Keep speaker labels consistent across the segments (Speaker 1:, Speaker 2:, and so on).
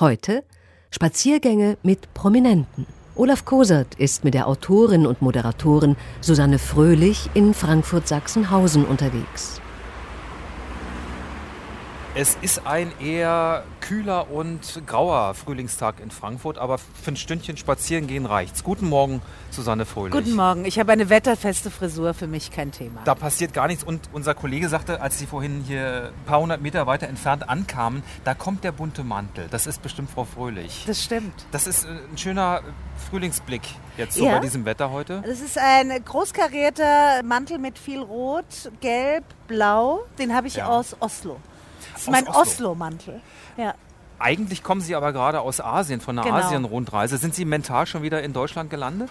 Speaker 1: Heute Spaziergänge mit Prominenten. Olaf Kosert ist mit der Autorin und Moderatorin Susanne Fröhlich in Frankfurt-Sachsenhausen unterwegs.
Speaker 2: Es ist ein eher kühler und grauer Frühlingstag in Frankfurt, aber für ein Stündchen spazieren gehen reicht's. Guten Morgen, Susanne Fröhlich.
Speaker 3: Guten Morgen, ich habe eine wetterfeste Frisur, für mich kein Thema.
Speaker 2: Da passiert gar nichts und unser Kollege sagte, als sie vorhin hier ein paar hundert Meter weiter entfernt ankamen, da kommt der bunte Mantel. Das ist bestimmt Frau Fröhlich.
Speaker 3: Das stimmt.
Speaker 2: Das ist äh, ein schöner äh, Frühlingsblick jetzt so
Speaker 3: Ja.
Speaker 2: bei diesem Wetter heute.
Speaker 3: Das ist ein großkarierter Mantel mit viel Rot, Gelb, Blau. Den habe ich
Speaker 2: Ja.
Speaker 3: aus Oslo. Das ist
Speaker 2: Aus
Speaker 3: mein
Speaker 2: Oslo.
Speaker 3: Oslo-Mantel. ja.
Speaker 2: Eigentlich kommen Sie aber gerade aus Asien, von einer
Speaker 3: Genau.
Speaker 2: Asien-Rundreise. Sind Sie mental schon wieder in Deutschland gelandet?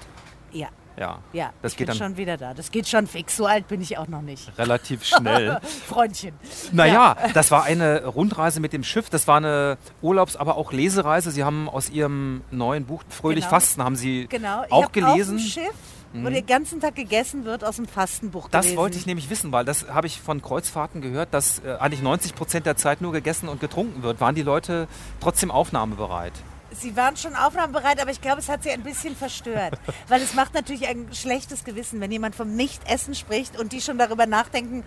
Speaker 3: Ja,
Speaker 2: Ja.
Speaker 3: ja.
Speaker 2: Das
Speaker 3: ich
Speaker 2: geht
Speaker 3: bin
Speaker 2: dann
Speaker 3: schon wieder da. Das geht schon fix. So alt bin ich auch noch nicht.
Speaker 2: relativ schnell.
Speaker 3: Freundchen.
Speaker 2: Naja, das war eine Rundreise mit dem Schiff. Das war eine Urlaubs-, aber auch Lesereise. Sie haben aus Ihrem neuen Buch Fröhlich
Speaker 3: Genau.
Speaker 2: Fasten haben Sie
Speaker 3: Genau. Ich
Speaker 2: auch
Speaker 3: habe
Speaker 2: gelesen. Mhm.
Speaker 3: Auf dem Schiff, wo den ganzen Tag gegessen wird, aus dem Fastenbuch
Speaker 2: das
Speaker 3: gelesen.
Speaker 2: wollte ich nämlich wissen, weil das habe ich von Kreuzfahrten gehört, dass äh, eigentlich 90 Prozent der Zeit nur gegessen und getrunken wird. Waren die Leute trotzdem aufnahmebereit?
Speaker 3: Sie waren schon aufnahmebereit, aber ich glaube, es hat sie ein bisschen verstört. Weil es macht natürlich ein schlechtes Gewissen, wenn jemand vom Nichtessen spricht und die schon darüber nachdenken,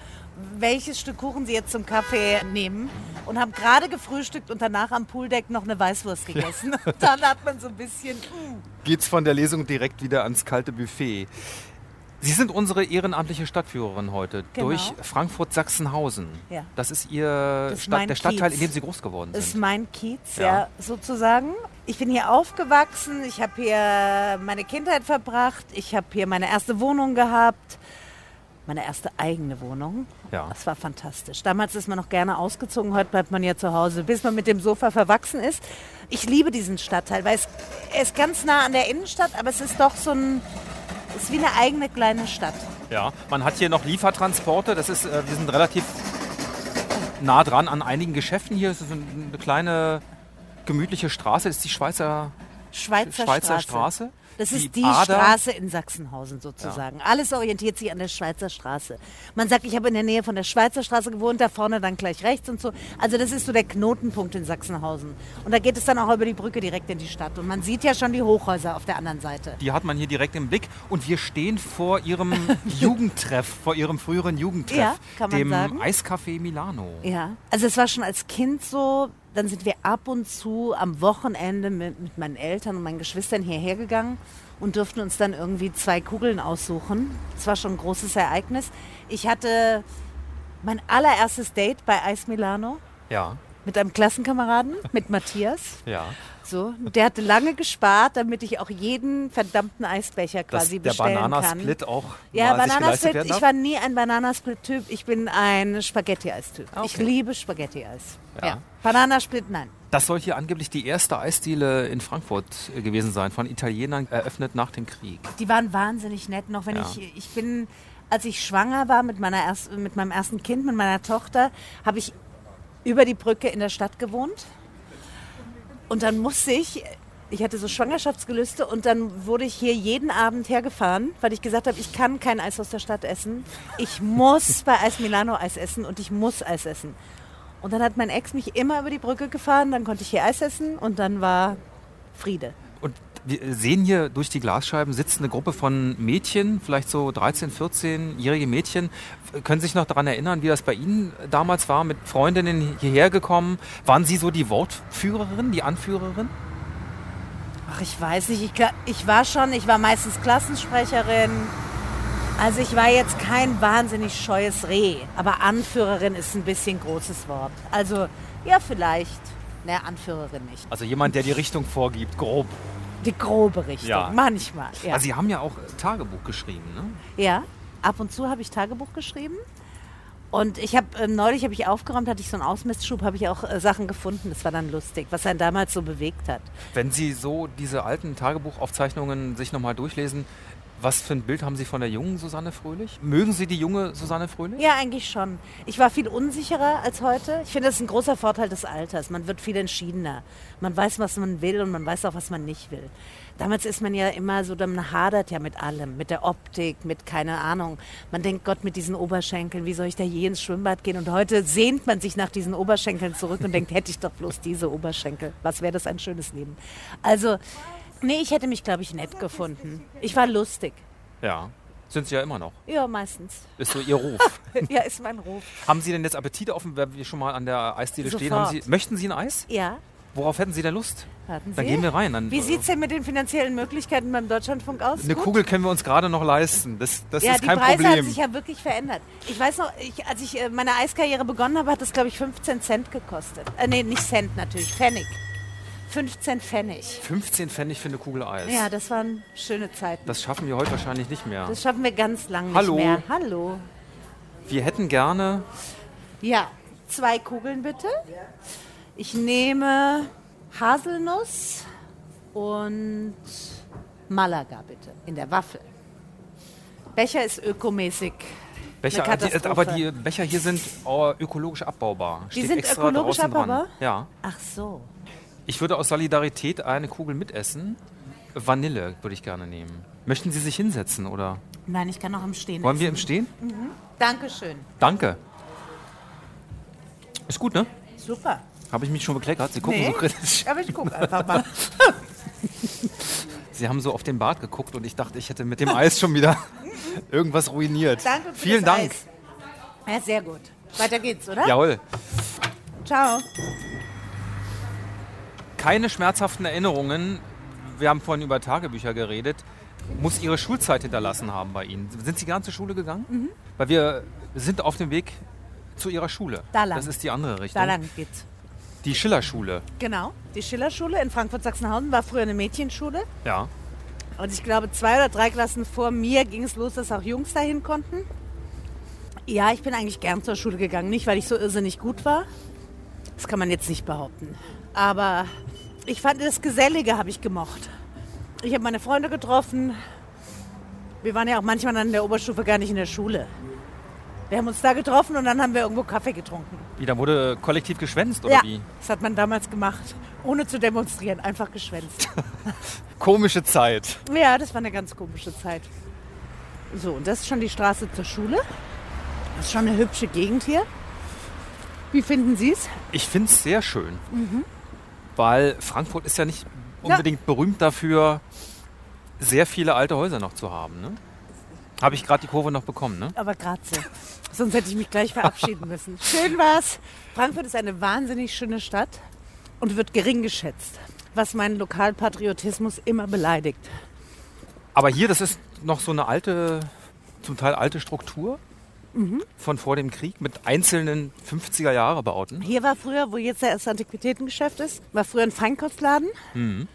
Speaker 3: welches Stück Kuchen sie jetzt zum Kaffee nehmen und haben gerade gefrühstückt und danach am Pooldeck noch eine Weißwurst gegessen. Dann hat man so ein bisschen... mm.
Speaker 2: Geht's von der Lesung direkt wieder ans kalte Buffet. Sie sind unsere ehrenamtliche Stadtführerin heute
Speaker 3: Genau.
Speaker 2: durch Frankfurt-Sachsenhausen.
Speaker 3: Ja.
Speaker 2: Das ist Ihr
Speaker 3: Das ist
Speaker 2: Stadt,
Speaker 3: mein
Speaker 2: der Stadtteil,
Speaker 3: Kiez.
Speaker 2: in dem Sie groß geworden sind.
Speaker 3: ist mein Kiez,
Speaker 2: Ja.
Speaker 3: ja, sozusagen. Ich bin hier aufgewachsen, ich habe hier meine Kindheit verbracht, ich habe hier meine erste Wohnung gehabt, meine erste eigene Wohnung.
Speaker 2: Ja.
Speaker 3: Das war fantastisch. Damals ist man noch gerne ausgezogen, heute bleibt man ja zu Hause, bis man mit dem Sofa verwachsen ist. Ich liebe diesen Stadtteil, weil es er ist ganz nah an der Innenstadt, aber es ist doch so ein, es ist wie eine eigene kleine Stadt.
Speaker 2: Ja, man hat hier noch Liefertransporte. Das ist, äh, wir sind relativ nah dran an einigen Geschäften hier. Es ist ein- eine kleine gemütliche Straße. Das ist die Schweizer,
Speaker 3: Schweizer,
Speaker 2: Schweizer Straße.
Speaker 3: Das ist die,
Speaker 2: Ader.
Speaker 3: Straße in Sachsenhausen sozusagen. Alles orientiert sich an der Schweizer Straße. Man sagt, ich habe in der Nähe von der Schweizer Straße gewohnt, da vorne dann gleich rechts und so. Also das ist so der Knotenpunkt in Sachsenhausen. Und da geht es dann auch über die Brücke direkt in die Stadt. Und man sieht ja schon die Hochhäuser auf der anderen Seite.
Speaker 2: Die hat man hier direkt im Blick. Und wir stehen vor ihrem Jugendtreff, vor ihrem früheren Jugendtreff,
Speaker 3: Ja, kann man
Speaker 2: dem
Speaker 3: sagen.
Speaker 2: Eiscafé Milano.
Speaker 3: Ja, also es war schon als Kind so, dann sind wir ab und zu am Wochenende mit, mit meinen Eltern und meinen Geschwistern hierher gegangen und durften uns dann irgendwie zwei Kugeln aussuchen. Es war schon ein großes Ereignis. Ich hatte mein allererstes Date bei Eis Milano
Speaker 2: Ja,
Speaker 3: mit einem Klassenkameraden, mit Matthias.
Speaker 2: ja.
Speaker 3: So, der hatte lange gespart, damit ich auch jeden verdammten Eisbecher
Speaker 2: Dass
Speaker 3: quasi
Speaker 2: der
Speaker 3: bestellen kann.
Speaker 2: Bananasplit auch
Speaker 3: Ja,
Speaker 2: mal sich geleistet
Speaker 3: Bananasplit.
Speaker 2: werden
Speaker 3: Ich
Speaker 2: darf.
Speaker 3: war nie ein Bananasplit-Typ. Ich bin ein Spaghetti-Eis-Typ.
Speaker 2: Ah,
Speaker 3: Ich
Speaker 2: okay.
Speaker 3: liebe Spaghetti-Eis.
Speaker 2: Ja.
Speaker 3: Ja. Bananasplit, nein.
Speaker 2: das soll hier angeblich die erste Eisdiele in Frankfurt äh, gewesen sein, von Italienern eröffnet nach dem Krieg.
Speaker 3: Die waren wahnsinnig nett. Noch wenn
Speaker 2: Ja.
Speaker 3: ich, ich bin, als ich schwanger war mit meiner erst, mit meinem ersten Kind, mit meiner Tochter, habe ich über die Brücke in der Stadt gewohnt. Und dann musste ich, ich hatte so Schwangerschaftsgelüste und dann wurde ich hier jeden Abend hergefahren, weil ich gesagt habe, ich kann kein Eis aus der Stadt essen. Ich muss bei Eis Milano Eis essen und ich muss Eis essen. Und dann hat mein Ex mich immer über die Brücke gefahren, dann konnte ich hier Eis essen und dann war Friede.
Speaker 2: Und wir sehen hier durch die Glasscheiben sitzt eine Gruppe von Mädchen, vielleicht so 13, 14-jährige Mädchen. Können Sie sich noch daran erinnern, wie das bei Ihnen damals war, mit Freundinnen hierher gekommen? Waren Sie so die Wortführerin, die Anführerin?
Speaker 3: Ach, ich weiß nicht. Ich, gla- ich war schon, ich war meistens Klassensprecherin. Also ich war jetzt kein wahnsinnig scheues Reh, aber Anführerin ist ein bisschen großes Wort. Also ja, vielleicht. Ne, Anführerin nicht.
Speaker 2: Also jemand, der die Richtung vorgibt, grob.
Speaker 3: Die grobe Richtung,
Speaker 2: Ja.
Speaker 3: manchmal. Ja.
Speaker 2: Also Sie haben ja auch Tagebuch geschrieben, ne?
Speaker 3: ja, ab und zu habe ich Tagebuch geschrieben. Und ich habe äh, neulich habe ich aufgeräumt, hatte ich so einen Ausmistschub, habe ich auch äh, Sachen gefunden. Das war dann lustig, was einen damals so bewegt hat.
Speaker 2: Wenn Sie so diese alten Tagebuchaufzeichnungen sich nochmal durchlesen, Was für ein Bild haben Sie von der jungen Susanne Fröhlich? Mögen Sie die junge Susanne Fröhlich?
Speaker 3: Ja, eigentlich schon. Ich war viel unsicherer als heute. Ich finde, das ist ein großer Vorteil des Alters. Man wird viel entschiedener. Man weiß, was man will und man weiß auch, was man nicht will. Damals ist man ja immer so, man hadert ja mit allem, mit der Optik, mit keine Ahnung. Man denkt, Gott, mit diesen Oberschenkeln, wie soll ich da je ins Schwimmbad gehen? Und heute sehnt man sich nach diesen Oberschenkeln zurück und denkt, hätte ich doch bloß diese Oberschenkel. Was wäre das ein schönes Leben? Also, nee, ich hätte mich, glaube ich, nett gefunden. Ich war lustig.
Speaker 2: Ja. Sind Sie ja immer noch.
Speaker 3: Ja, meistens.
Speaker 2: Ist so Ihr Ruf.
Speaker 3: Ja, ist mein Ruf.
Speaker 2: haben Sie denn jetzt Appetit auf, wenn wir schon mal an der Eisdiele stehen? Haben
Speaker 3: Sofort.
Speaker 2: Sie, möchten Sie ein Eis?
Speaker 3: Ja,
Speaker 2: Worauf hätten Sie denn Lust?
Speaker 3: warten Sie.
Speaker 2: Dann gehen wir rein. Dann, äh,
Speaker 3: Wie sieht es denn mit den finanziellen Möglichkeiten beim Deutschlandfunk aus?
Speaker 2: Eine
Speaker 3: Gut?
Speaker 2: Kugel können wir uns gerade noch leisten. Das, das
Speaker 3: ja,
Speaker 2: ist
Speaker 3: die
Speaker 2: kein
Speaker 3: Preise haben
Speaker 2: Problem.
Speaker 3: sich ja wirklich verändert. Ich weiß noch, ich, als ich äh, meine Eiskarriere begonnen habe, hat das, glaube ich, 15 Cent gekostet. Äh, nee, nicht Cent natürlich, Pfennig. 15 Pfennig.
Speaker 2: 15 Pfennig für eine Kugel Eis.
Speaker 3: Ja, das waren schöne Zeiten.
Speaker 2: Das schaffen wir heute wahrscheinlich nicht mehr.
Speaker 3: Das schaffen wir ganz lang nicht
Speaker 2: Hallo.
Speaker 3: mehr. Hallo.
Speaker 2: Wir hätten gerne
Speaker 3: Ja, zwei Kugeln bitte. Ich nehme Haselnuss und Malaga bitte in der Waffel. Becher ist ökomäßig.
Speaker 2: Becher,
Speaker 3: Eine
Speaker 2: die, äh,
Speaker 3: Katastrophe.
Speaker 2: aber die Becher hier sind oh, ökologisch abbaubar.
Speaker 3: Die sind
Speaker 2: extra
Speaker 3: ökologisch
Speaker 2: draußen dran.
Speaker 3: abbaubar?
Speaker 2: Ja.
Speaker 3: Ach so.
Speaker 2: Ich würde aus Solidarität eine Kugel mitessen. Vanille würde ich gerne nehmen. Möchten Sie sich hinsetzen oder
Speaker 3: Nein, ich kann auch im Stehen.
Speaker 2: wollen wir im Stehen?
Speaker 3: Dankeschön.
Speaker 2: Danke. Ist gut, ne?
Speaker 3: Super.
Speaker 2: Habe ich mich schon bekleckert? Sie gucken
Speaker 3: Nee.
Speaker 2: so kritisch.
Speaker 3: Aber ich gucke einfach mal.
Speaker 2: Sie haben so auf den Bart geguckt und ich dachte, ich hätte mit dem Eis schon wieder irgendwas ruiniert.
Speaker 3: Danke für
Speaker 2: Vielen
Speaker 3: das
Speaker 2: Dank.
Speaker 3: Eis. ne? Ja, sehr gut. Weiter geht's, oder?
Speaker 2: Jawohl.
Speaker 3: Ciao.
Speaker 2: keine schmerzhaften Erinnerungen. Wir haben vorhin über Tagebücher geredet. Muss Ihre Schulzeit hinterlassen haben bei Ihnen. Sind Sie gern zur Schule gegangen?
Speaker 3: Mhm.
Speaker 2: Weil wir sind auf dem Weg zu Ihrer Schule.
Speaker 3: Da lang.
Speaker 2: Das ist die andere Richtung.
Speaker 3: Da lang geht's.
Speaker 2: Die Schillerschule.
Speaker 3: Genau. Die Schillerschule in Frankfurt-Sachsenhausen war früher eine Mädchenschule.
Speaker 2: Ja.
Speaker 3: Und ich glaube, zwei oder drei Klassen vor mir ging es los, dass auch Jungs dahin konnten. Ja, ich bin eigentlich gern zur Schule gegangen. Nicht, weil ich so irrsinnig gut war. Das kann man jetzt nicht behaupten. Aber ich fand, das Gesellige habe ich gemocht. Ich habe meine Freunde getroffen. Wir waren ja auch manchmal dann in der Oberstufe gar nicht in der Schule. Wir haben uns da getroffen und dann haben wir irgendwo Kaffee getrunken.
Speaker 2: Wie, da wurde kollektiv geschwänzt oder
Speaker 3: ja,
Speaker 2: wie?
Speaker 3: das hat man damals gemacht. Ohne zu demonstrieren, einfach geschwänzt.
Speaker 2: Komische Zeit.
Speaker 3: Ja, das war eine ganz komische Zeit. So, und das ist schon die Straße zur Schule. Das ist schon eine hübsche Gegend hier. Wie finden Sie es?
Speaker 2: Ich finde es sehr schön. Weil Frankfurt ist ja nicht unbedingt berühmt dafür, sehr viele alte Häuser noch zu haben. Ne? Habe ich gerade die Kurve noch bekommen, ne?
Speaker 3: Aber gerade so. Sonst hätte ich mich gleich verabschieden müssen. Schön war's. Frankfurt ist eine wahnsinnig schöne Stadt und wird gering geschätzt, was meinen Lokalpatriotismus immer beleidigt.
Speaker 2: Aber hier, das ist noch so eine alte, zum Teil alte Struktur von vor dem Krieg mit einzelnen 50er-Jahre-Bauten.
Speaker 3: Hier war früher, wo jetzt das Antiquitätengeschäft ist, war früher ein Feinkostladen.
Speaker 2: Mhm.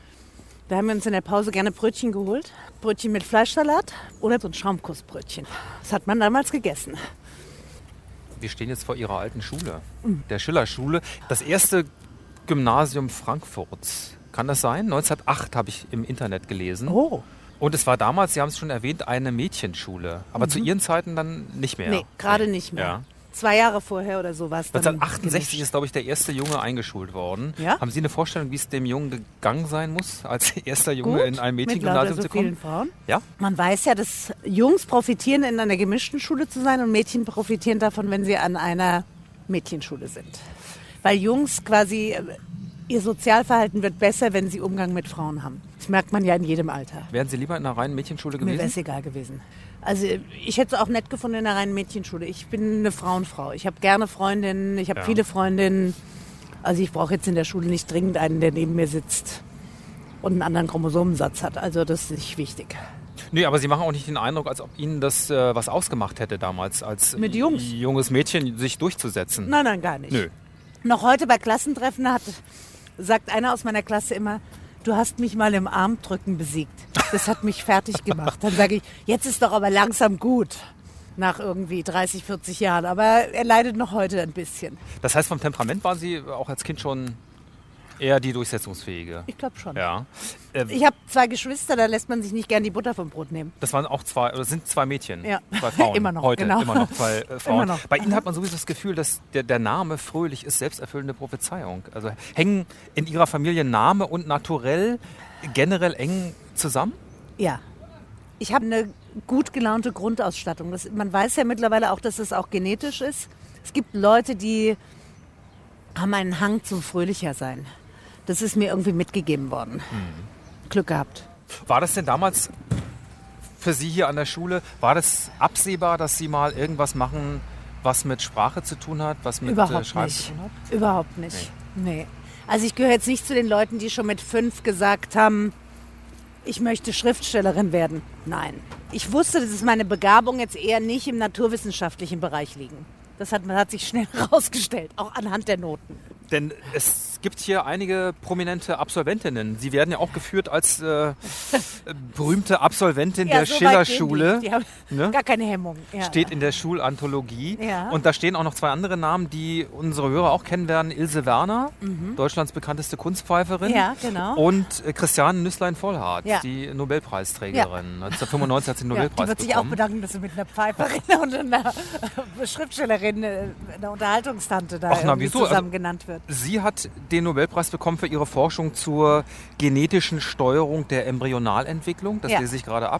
Speaker 3: Da haben wir uns in der Pause gerne Brötchen geholt. Brötchen mit Fleischsalat oder so ein Schaumkussbrötchen. Das hat man damals gegessen.
Speaker 2: Wir stehen jetzt vor ihrer alten Schule, der Schillerschule. Das erste Gymnasium Frankfurts. Kann das sein? 1908 habe ich im Internet gelesen.
Speaker 3: Oh.
Speaker 2: Und es war damals, Sie haben es schon erwähnt, eine Mädchenschule. Aber zu Ihren Zeiten dann nicht mehr.
Speaker 3: Mhm. Nee, gerade nicht mehr.
Speaker 2: Ja.
Speaker 3: Zwei Jahre vorher oder sowas. dann
Speaker 2: 1968
Speaker 3: gemischt.
Speaker 2: ist, glaube ich, der erste Junge eingeschult worden.
Speaker 3: Ja?
Speaker 2: Haben Sie eine Vorstellung, wie es dem Jungen gegangen sein muss, als erster Junge
Speaker 3: Gut,
Speaker 2: in ein
Speaker 3: mit lauter
Speaker 2: Mädchengymnasium
Speaker 3: so
Speaker 2: zu kommen?
Speaker 3: vielen Frauen.
Speaker 2: Ja?
Speaker 3: Man weiß ja, dass Jungs profitieren, in einer gemischten Schule zu sein und Mädchen profitieren davon, wenn sie an einer Mädchenschule sind. Weil Jungs quasi, äh, ihr Sozialverhalten wird besser, wenn sie Umgang mit Frauen haben. Das merkt man ja in jedem Alter.
Speaker 2: Wären Sie lieber in einer reinen Mädchenschule
Speaker 3: Mir wäre
Speaker 2: gewesen?
Speaker 3: es egal gewesen. Also ich hätte es auch nett gefunden in einer reinen Mädchenschule. Ich bin eine Frauenfrau. Ich habe gerne Freundinnen, ich habe
Speaker 2: Ja.
Speaker 3: viele Freundinnen. Also ich brauche jetzt in der Schule nicht dringend einen, der neben mir sitzt und einen anderen Chromosomensatz hat. Also das ist nicht wichtig.
Speaker 2: Nee, aber Sie machen auch nicht den Eindruck, als ob Ihnen das äh, was ausgemacht hätte damals, als
Speaker 3: Mit Jungs?
Speaker 2: junges Mädchen sich durchzusetzen.
Speaker 3: Nein, nein, gar nicht.
Speaker 2: Nö.
Speaker 3: Noch heute bei Klassentreffen hat, sagt einer aus meiner Klasse immer, du hast mich mal im Armdrücken besiegt. Das hat mich fertig gemacht. Dann sage ich, jetzt ist doch aber langsam gut. Nach irgendwie 30, 40 Jahren. Aber er leidet noch heute ein bisschen.
Speaker 2: Das heißt, vom Temperament waren Sie auch als Kind schon eher die durchsetzungsfähige.
Speaker 3: Ich glaube schon.
Speaker 2: Ja. Äh,
Speaker 3: Ich habe zwei Geschwister, da lässt man sich nicht gern die Butter vom Brot nehmen.
Speaker 2: Das waren auch zwei, oder sind zwei Mädchen.
Speaker 3: Ja.
Speaker 2: Zwei Frauen.
Speaker 3: Immer noch,
Speaker 2: Heute
Speaker 3: genau.
Speaker 2: immer noch zwei äh, Frauen.
Speaker 3: noch.
Speaker 2: Bei Ihnen hat man sowieso das Gefühl, dass der, der Name Fröhlich ist selbsterfüllende Prophezeiung. Also hängen in Ihrer Familie Name und Naturell generell eng zusammen?
Speaker 3: Ja. Ich habe eine gut gelaunte Grundausstattung. Das, man weiß ja mittlerweile auch, dass es auch genetisch ist. Es gibt Leute, die haben einen Hang zum fröhlicher sein. Das ist mir irgendwie mitgegeben worden. Glück gehabt.
Speaker 2: War das denn damals für Sie hier an der Schule, war das absehbar, dass Sie mal irgendwas machen, was mit Sprache zu tun hat, was mit äh,
Speaker 3: Überhaupt
Speaker 2: Schreiben zu
Speaker 3: nicht.
Speaker 2: tun hat?
Speaker 3: Überhaupt nicht. Nee. Also ich gehöre jetzt nicht zu den Leuten, die schon mit fünf gesagt haben, ich möchte Schriftstellerin werden. Nein. Ich wusste, dass meine Begabung jetzt eher nicht im naturwissenschaftlichen Bereich liegen. Das hat, hat sich schnell herausgestellt, auch anhand der Noten.
Speaker 2: Denn es gibt hier einige prominente Absolventinnen. Sie werden ja auch geführt als äh, berühmte Absolventin der
Speaker 3: so weit
Speaker 2: Schillerschule.
Speaker 3: gehen Die, die haben
Speaker 2: Ne?
Speaker 3: gar keine Hemmung. Ja.
Speaker 2: Steht in der Schulanthologie.
Speaker 3: Ja.
Speaker 2: Und da stehen auch noch zwei andere Namen, die unsere Hörer auch kennen werden. Ilse Werner, Deutschlands bekannteste Kunstpfeiferin.
Speaker 3: Mhm. Ja, genau.
Speaker 2: Und äh, Christiane Nüsslein-Vollhardt,
Speaker 3: Ja.
Speaker 2: die Nobelpreisträgerin. 1995 hat sie den
Speaker 3: ja, die
Speaker 2: Nobelpreis
Speaker 3: wird sich auch
Speaker 2: bekommen.
Speaker 3: bedanken, dass du mit einer Pfeiferin und einer Schriftstellerin, äh, einer Unterhaltungstante da
Speaker 2: Ach, na,
Speaker 3: irgendwie
Speaker 2: wieso?
Speaker 3: zusammen
Speaker 2: Also-
Speaker 3: genannt wird.
Speaker 2: Sie hat den Nobelpreis bekommen für ihre Forschung zur genetischen Steuerung der Embryonalentwicklung. Das
Speaker 3: Ja.
Speaker 2: lese ich gerade ab.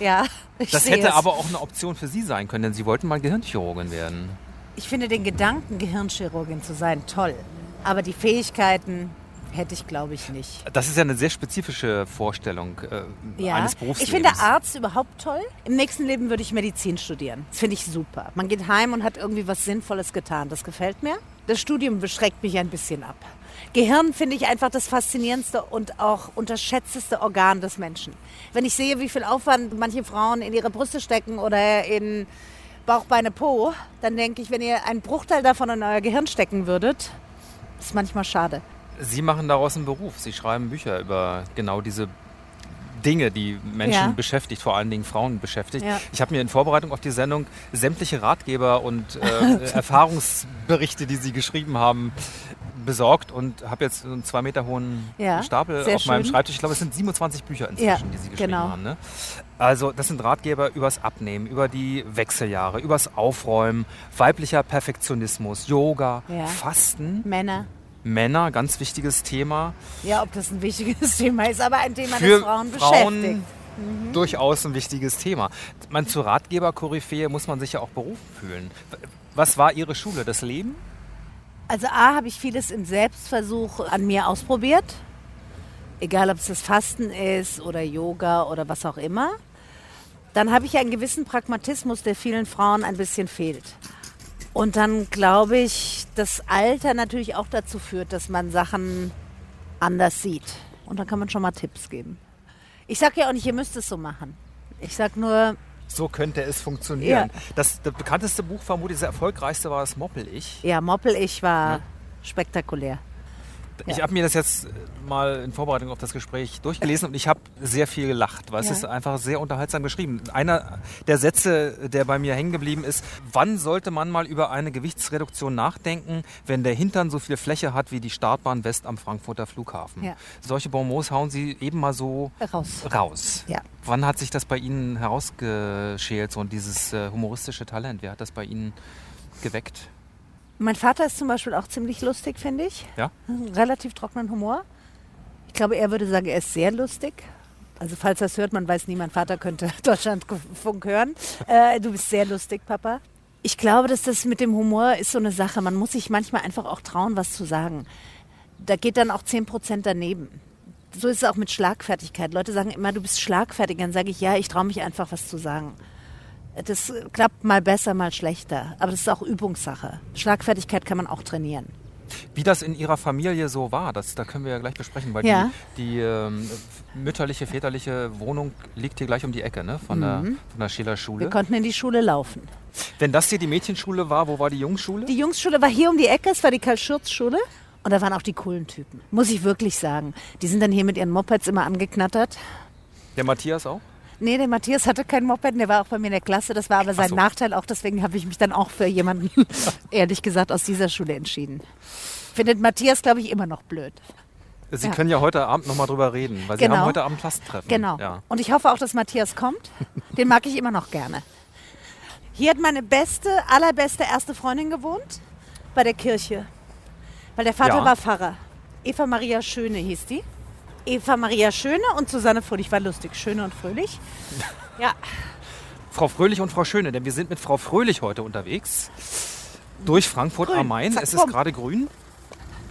Speaker 3: Ja, ich
Speaker 2: Das
Speaker 3: sehe
Speaker 2: hätte
Speaker 3: es.
Speaker 2: aber auch eine Option für Sie sein können, denn Sie wollten mal Gehirnchirurgin werden.
Speaker 3: Ich finde den Gedanken, Gehirnchirurgin zu sein, toll. Aber die Fähigkeiten hätte ich, glaube ich, nicht.
Speaker 2: Das ist ja eine sehr spezifische Vorstellung äh, eines Berufs.
Speaker 3: ich finde Arzt überhaupt toll. Im nächsten Leben würde ich Medizin studieren. Das finde ich super. Man geht heim und hat irgendwie was Sinnvolles getan. Das gefällt mir. Das Studium beschreckt mich ein bisschen ab. Gehirn finde ich einfach das faszinierendste und auch unterschätzteste Organ des Menschen. Wenn ich sehe, wie viel Aufwand manche Frauen in ihre Brüste stecken oder in Bauch, Beine, Po, dann denke ich, wenn ihr einen Bruchteil davon in euer Gehirn stecken würdet, ist manchmal schade.
Speaker 2: Sie machen daraus einen Beruf. Sie schreiben Bücher über genau diese Dinge, die Menschen
Speaker 3: Ja.
Speaker 2: beschäftigt, vor allen Dingen Frauen beschäftigt.
Speaker 3: Ja.
Speaker 2: Ich habe mir in Vorbereitung auf die Sendung sämtliche Ratgeber und äh, Erfahrungsberichte, die Sie geschrieben haben, besorgt und habe jetzt so einen zwei Meter hohen
Speaker 3: Ja,
Speaker 2: Stapel
Speaker 3: sehr
Speaker 2: auf meinem
Speaker 3: schön.
Speaker 2: Schreibtisch. Ich glaube, es sind 27 Bücher inzwischen,
Speaker 3: Ja,
Speaker 2: die Sie geschrieben
Speaker 3: genau.
Speaker 2: haben. Ne? Also das sind Ratgeber übers Abnehmen, über die Wechseljahre, übers Aufräumen, weiblicher Perfektionismus, Yoga,
Speaker 3: Ja.
Speaker 2: Fasten,
Speaker 3: Männer.
Speaker 2: Männer, ganz wichtiges Thema.
Speaker 3: Ja, ob das ein wichtiges Thema ist, aber ein Thema,
Speaker 2: für
Speaker 3: das Frauen, beschäftigt. Mhm.
Speaker 2: Frauen durchaus ein wichtiges Thema. Man zur Ratgeberkoryphäe muss man sich ja auch berufen fühlen. Was war Ihre Schule? Das Leben?
Speaker 3: Also A, habe ich vieles im Selbstversuch an mir ausprobiert. Egal, ob es das Fasten ist oder Yoga oder was auch immer. Dann habe ich einen gewissen Pragmatismus, der vielen Frauen ein bisschen fehlt. Und dann glaube ich, das Alter natürlich auch dazu führt, dass man Sachen anders sieht. Und dann kann man schon mal Tipps geben. Ich sage ja auch nicht, ihr müsst es so machen. Ich sage nur,
Speaker 2: So könnte es funktionieren.
Speaker 3: Ja.
Speaker 2: Das, das bekannteste Buch vermutlich, das erfolgreichste war das Moppel-Ich.
Speaker 3: ja, Moppel, ich war spektakulär.
Speaker 2: Ich
Speaker 3: Ja.
Speaker 2: habe mir das jetzt äh, mal in Vorbereitung auf das Gespräch durchgelesen und ich habe sehr viel gelacht, weil
Speaker 3: Ja.
Speaker 2: es ist einfach sehr unterhaltsam geschrieben. Einer der Sätze, der bei mir hängen geblieben ist, wann sollte man mal über eine Gewichtsreduktion nachdenken, wenn der Hintern so viel Fläche hat wie die Startbahn West am Frankfurter Flughafen?
Speaker 3: Ja.
Speaker 2: Solche Bonbons hauen Sie eben mal so
Speaker 3: Raus.
Speaker 2: raus.
Speaker 3: Ja.
Speaker 2: Wann hat sich das bei Ihnen herausgeschält, so dieses äh, humoristische Talent? Wer hat das bei Ihnen geweckt?
Speaker 3: Mein Vater ist zum Beispiel auch ziemlich lustig, finde ich.
Speaker 2: Ja?
Speaker 3: Relativ trockenen Humor. Ich glaube, er würde sagen, er ist sehr lustig. Also falls das hört, man weiß nie, mein Vater könnte Deutschlandfunk hören. Äh, du bist sehr lustig, Papa. Ich glaube, dass das mit dem Humor ist so eine Sache. Man muss sich manchmal einfach auch trauen, was zu sagen. Da geht dann auch 10 Prozent daneben. So ist es auch mit Schlagfertigkeit. Leute sagen immer, du bist schlagfertig. Dann sage ich, ja, ich traue mich einfach, was zu sagen. Das klappt mal besser, mal schlechter. Aber das ist auch Übungssache. Schlagfertigkeit kann man auch trainieren.
Speaker 2: Wie das in Ihrer Familie so war, das, da können wir ja gleich besprechen, weil
Speaker 3: Ja.
Speaker 2: die, die ähm, mütterliche, väterliche Wohnung liegt hier gleich um die Ecke, ne? Von der, von der
Speaker 3: Mhm. Wir
Speaker 2: Schiller-Schule.
Speaker 3: konnten in die Schule laufen.
Speaker 2: Wenn das hier die Mädchenschule war, wo war die Jungsschule?
Speaker 3: Die Jungsschule war hier um die Ecke, es war die Karl-Schürz-Schule. Und da waren auch die coolen Typen, muss ich wirklich sagen. Die sind dann hier mit ihren Mopeds immer angeknattert.
Speaker 2: Der Matthias auch?
Speaker 3: Nee, der Matthias hatte kein Moped, der war auch bei mir in der Klasse. Das war aber sein
Speaker 2: so.
Speaker 3: Nachteil auch, deswegen habe ich mich dann auch für jemanden, ehrlich gesagt, aus dieser Schule entschieden. Findet Matthias, glaube ich, immer noch blöd.
Speaker 2: Sie
Speaker 3: Ja.
Speaker 2: können ja heute Abend nochmal drüber reden, weil Sie
Speaker 3: Genau.
Speaker 2: haben heute Abend Klassenentreffen.
Speaker 3: Genau.
Speaker 2: Ja.
Speaker 3: Und ich hoffe auch, dass Matthias kommt. Den mag ich immer noch gerne. Hier hat meine beste, allerbeste erste Freundin gewohnt, bei der Kirche. Weil der Vater
Speaker 2: Ja.
Speaker 3: war Pfarrer. Eva Maria Schöne hieß die. Eva Maria Schöne und Susanne Fröhlich war lustig. Schöne und Fröhlich. Ja,
Speaker 2: Frau Fröhlich und Frau Schöne, denn wir sind mit Frau Fröhlich heute unterwegs. Durch Frankfurt
Speaker 3: Grün.
Speaker 2: am Main.
Speaker 3: Zack,
Speaker 2: Es ist
Speaker 3: bumm.
Speaker 2: gerade grün.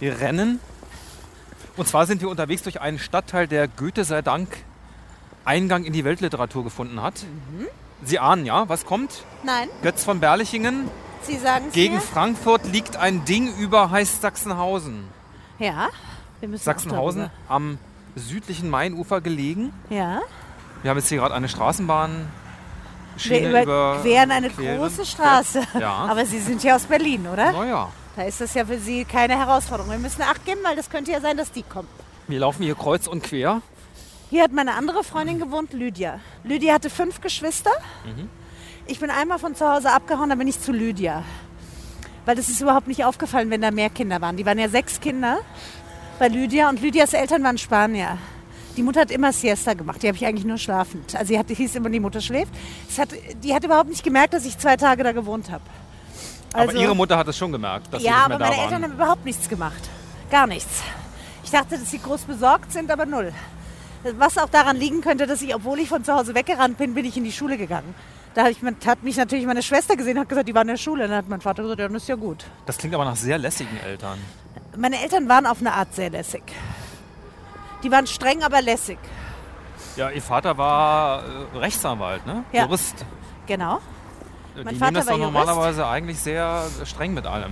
Speaker 2: Wir rennen. Und zwar sind wir unterwegs durch einen Stadtteil, der Goethe sei Dank Eingang in die Weltliteratur gefunden hat.
Speaker 3: Mhm.
Speaker 2: Sie ahnen ja, was kommt?
Speaker 3: nein,
Speaker 2: Götz von Berlichingen.
Speaker 3: Sie sagen es
Speaker 2: Gegen
Speaker 3: mir.
Speaker 2: Frankfurt liegt ein Ding über, heißt Sachsenhausen.
Speaker 3: Ja, wir müssen auch
Speaker 2: Sachsenhausen am südlichen Mainufer gelegen.
Speaker 3: darüber. Ja,
Speaker 2: Wir haben jetzt hier gerade eine Straßenbahn.
Speaker 3: wir
Speaker 2: Schiene über
Speaker 3: überqueren eine
Speaker 2: queren.
Speaker 3: große Straße.
Speaker 2: Ja.
Speaker 3: Aber Sie sind ja aus Berlin, oder?
Speaker 2: Naja,
Speaker 3: Da ist das ja für Sie keine Herausforderung. Wir müssen Acht geben, weil das könnte ja sein, dass die kommen.
Speaker 2: wir laufen hier kreuz und quer.
Speaker 3: Hier hat meine andere Freundin gewohnt, Lydia. Lydia hatte fünf Geschwister.
Speaker 2: Mhm.
Speaker 3: Ich bin einmal von zu Hause abgehauen, dann bin ich zu Lydia. Weil das ist überhaupt nicht aufgefallen, wenn da mehr Kinder waren. Die waren ja sechs Kinder bei Lydia und Lydias Eltern waren Spanier. Die Mutter hat immer Siesta gemacht, die habe ich eigentlich nur schlafend. Also sie hat, hieß immer, die Mutter schläft. Es hat, die hat überhaupt nicht gemerkt, dass ich zwei Tage da gewohnt habe. Also
Speaker 2: aber ihre Mutter hat es schon gemerkt, dass sie
Speaker 3: Ja,
Speaker 2: nicht
Speaker 3: aber
Speaker 2: mehr
Speaker 3: meine
Speaker 2: da
Speaker 3: Eltern
Speaker 2: waren.
Speaker 3: haben überhaupt nichts gemacht. Gar nichts. Ich dachte, dass sie groß besorgt sind, aber null. Was auch daran liegen könnte, dass ich, obwohl ich von zu Hause weggerannt bin, bin ich in die Schule gegangen. Da hab ich, mein- hat mich natürlich meine Schwester gesehen und hat gesagt, die war in der Schule. Und dann hat mein Vater gesagt, ja, das ist ja gut.
Speaker 2: Das klingt aber nach sehr lässigen Eltern.
Speaker 3: Meine Eltern waren auf eine Art sehr lässig. Die waren streng, aber lässig.
Speaker 2: Ja, ihr Vater war äh, Rechtsanwalt, ne?
Speaker 3: Ja.
Speaker 2: Jurist.
Speaker 3: Genau.
Speaker 2: Mein Die
Speaker 3: Vater
Speaker 2: nehmen das
Speaker 3: war
Speaker 2: doch
Speaker 3: Jurist.
Speaker 2: normalerweise eigentlich sehr äh, streng mit allem.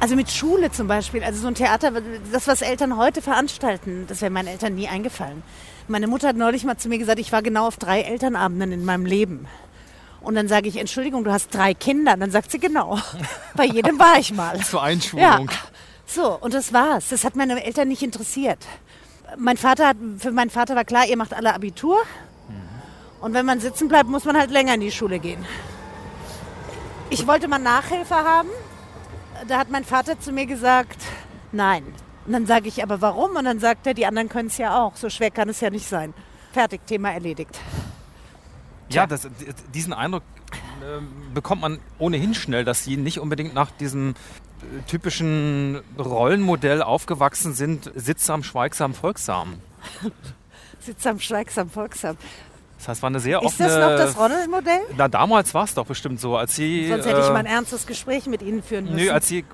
Speaker 3: Also mit Schule zum Beispiel, also so ein Theater, das, was Eltern heute veranstalten, das wäre meinen Eltern nie eingefallen. Meine Mutter hat neulich mal zu mir gesagt, ich war genau auf drei Elternabenden in meinem Leben. Und dann sage ich, Entschuldigung, du hast drei Kinder. Und dann sagt sie, genau. Bei jedem war ich mal.
Speaker 2: Zur
Speaker 3: Ja.
Speaker 2: Einschulung.
Speaker 3: So, und das war's. Das hat meine Eltern nicht interessiert. Mein Vater hat, für meinen Vater war klar, ihr macht alle Abitur.
Speaker 2: Mhm.
Speaker 3: Und wenn man sitzen bleibt, muss man halt länger in die Schule gehen. Ich wollte mal Nachhilfe haben. Da hat mein Vater zu mir gesagt, nein. Und dann sage ich, aber warum? Und dann sagt er, die anderen können es ja auch. So schwer kann es ja nicht sein. Fertig, Thema erledigt.
Speaker 2: Ja, das, diesen Eindruck ähm, bekommt man ohnehin schnell, dass sie nicht unbedingt nach diesem äh, typischen Rollenmodell aufgewachsen sind, sitzsam, schweigsam, folgsam.
Speaker 3: Sittsam, schweigsam, folgsam.
Speaker 2: Das heißt, war eine sehr
Speaker 3: Ist
Speaker 2: offene...
Speaker 3: das noch das Ronald-Modell?
Speaker 2: Na, damals war es doch bestimmt so, als sie...
Speaker 3: Sonst hätte ich
Speaker 2: äh,
Speaker 3: mal ein ernstes Gespräch mit Ihnen führen müssen.
Speaker 2: Nö, als sie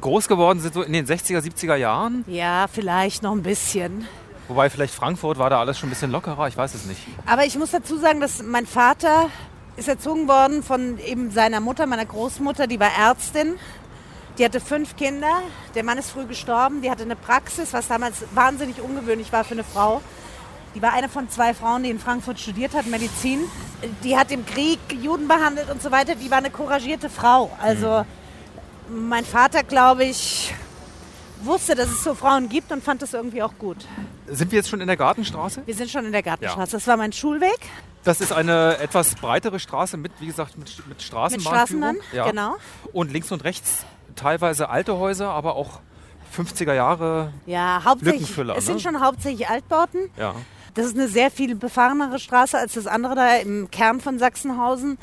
Speaker 2: groß geworden sind, so in den 60er, 70er Jahren.
Speaker 3: ja, vielleicht noch ein bisschen.
Speaker 2: Wobei vielleicht Frankfurt war da alles schon ein bisschen lockerer, ich weiß es nicht.
Speaker 3: Aber ich muss dazu sagen, dass mein Vater ist erzogen worden von eben seiner Mutter, meiner Großmutter, die war Ärztin. Die hatte fünf Kinder. Der Mann ist früh gestorben. Die hatte eine Praxis, was damals wahnsinnig ungewöhnlich war für eine Frau. Die war eine von zwei Frauen, die in Frankfurt studiert hat, Medizin. Die hat im Krieg Juden behandelt und so weiter. Die war eine couragierte Frau. Also mein Vater, glaube ich, wusste, dass es so Frauen gibt und fand das irgendwie auch gut.
Speaker 2: Sind wir jetzt schon in der Gartenstraße?
Speaker 3: Wir sind schon in der Gartenstraße. Das war mein Schulweg.
Speaker 2: Das ist eine etwas breitere Straße mit, wie gesagt, mit, mit
Speaker 3: Mit
Speaker 2: Straßenbahn.
Speaker 3: Straßenbahn, genau.
Speaker 2: Und links und rechts teilweise alte Häuser, aber auch 50er Jahre.
Speaker 3: Ja, hauptsächlich.
Speaker 2: Lückenfüller,
Speaker 3: Es
Speaker 2: ne?
Speaker 3: sind schon hauptsächlich Altbauten.
Speaker 2: Ja.
Speaker 3: Das ist eine sehr viel befahrenere Straße als das andere da im Kern von Sachsenhausen.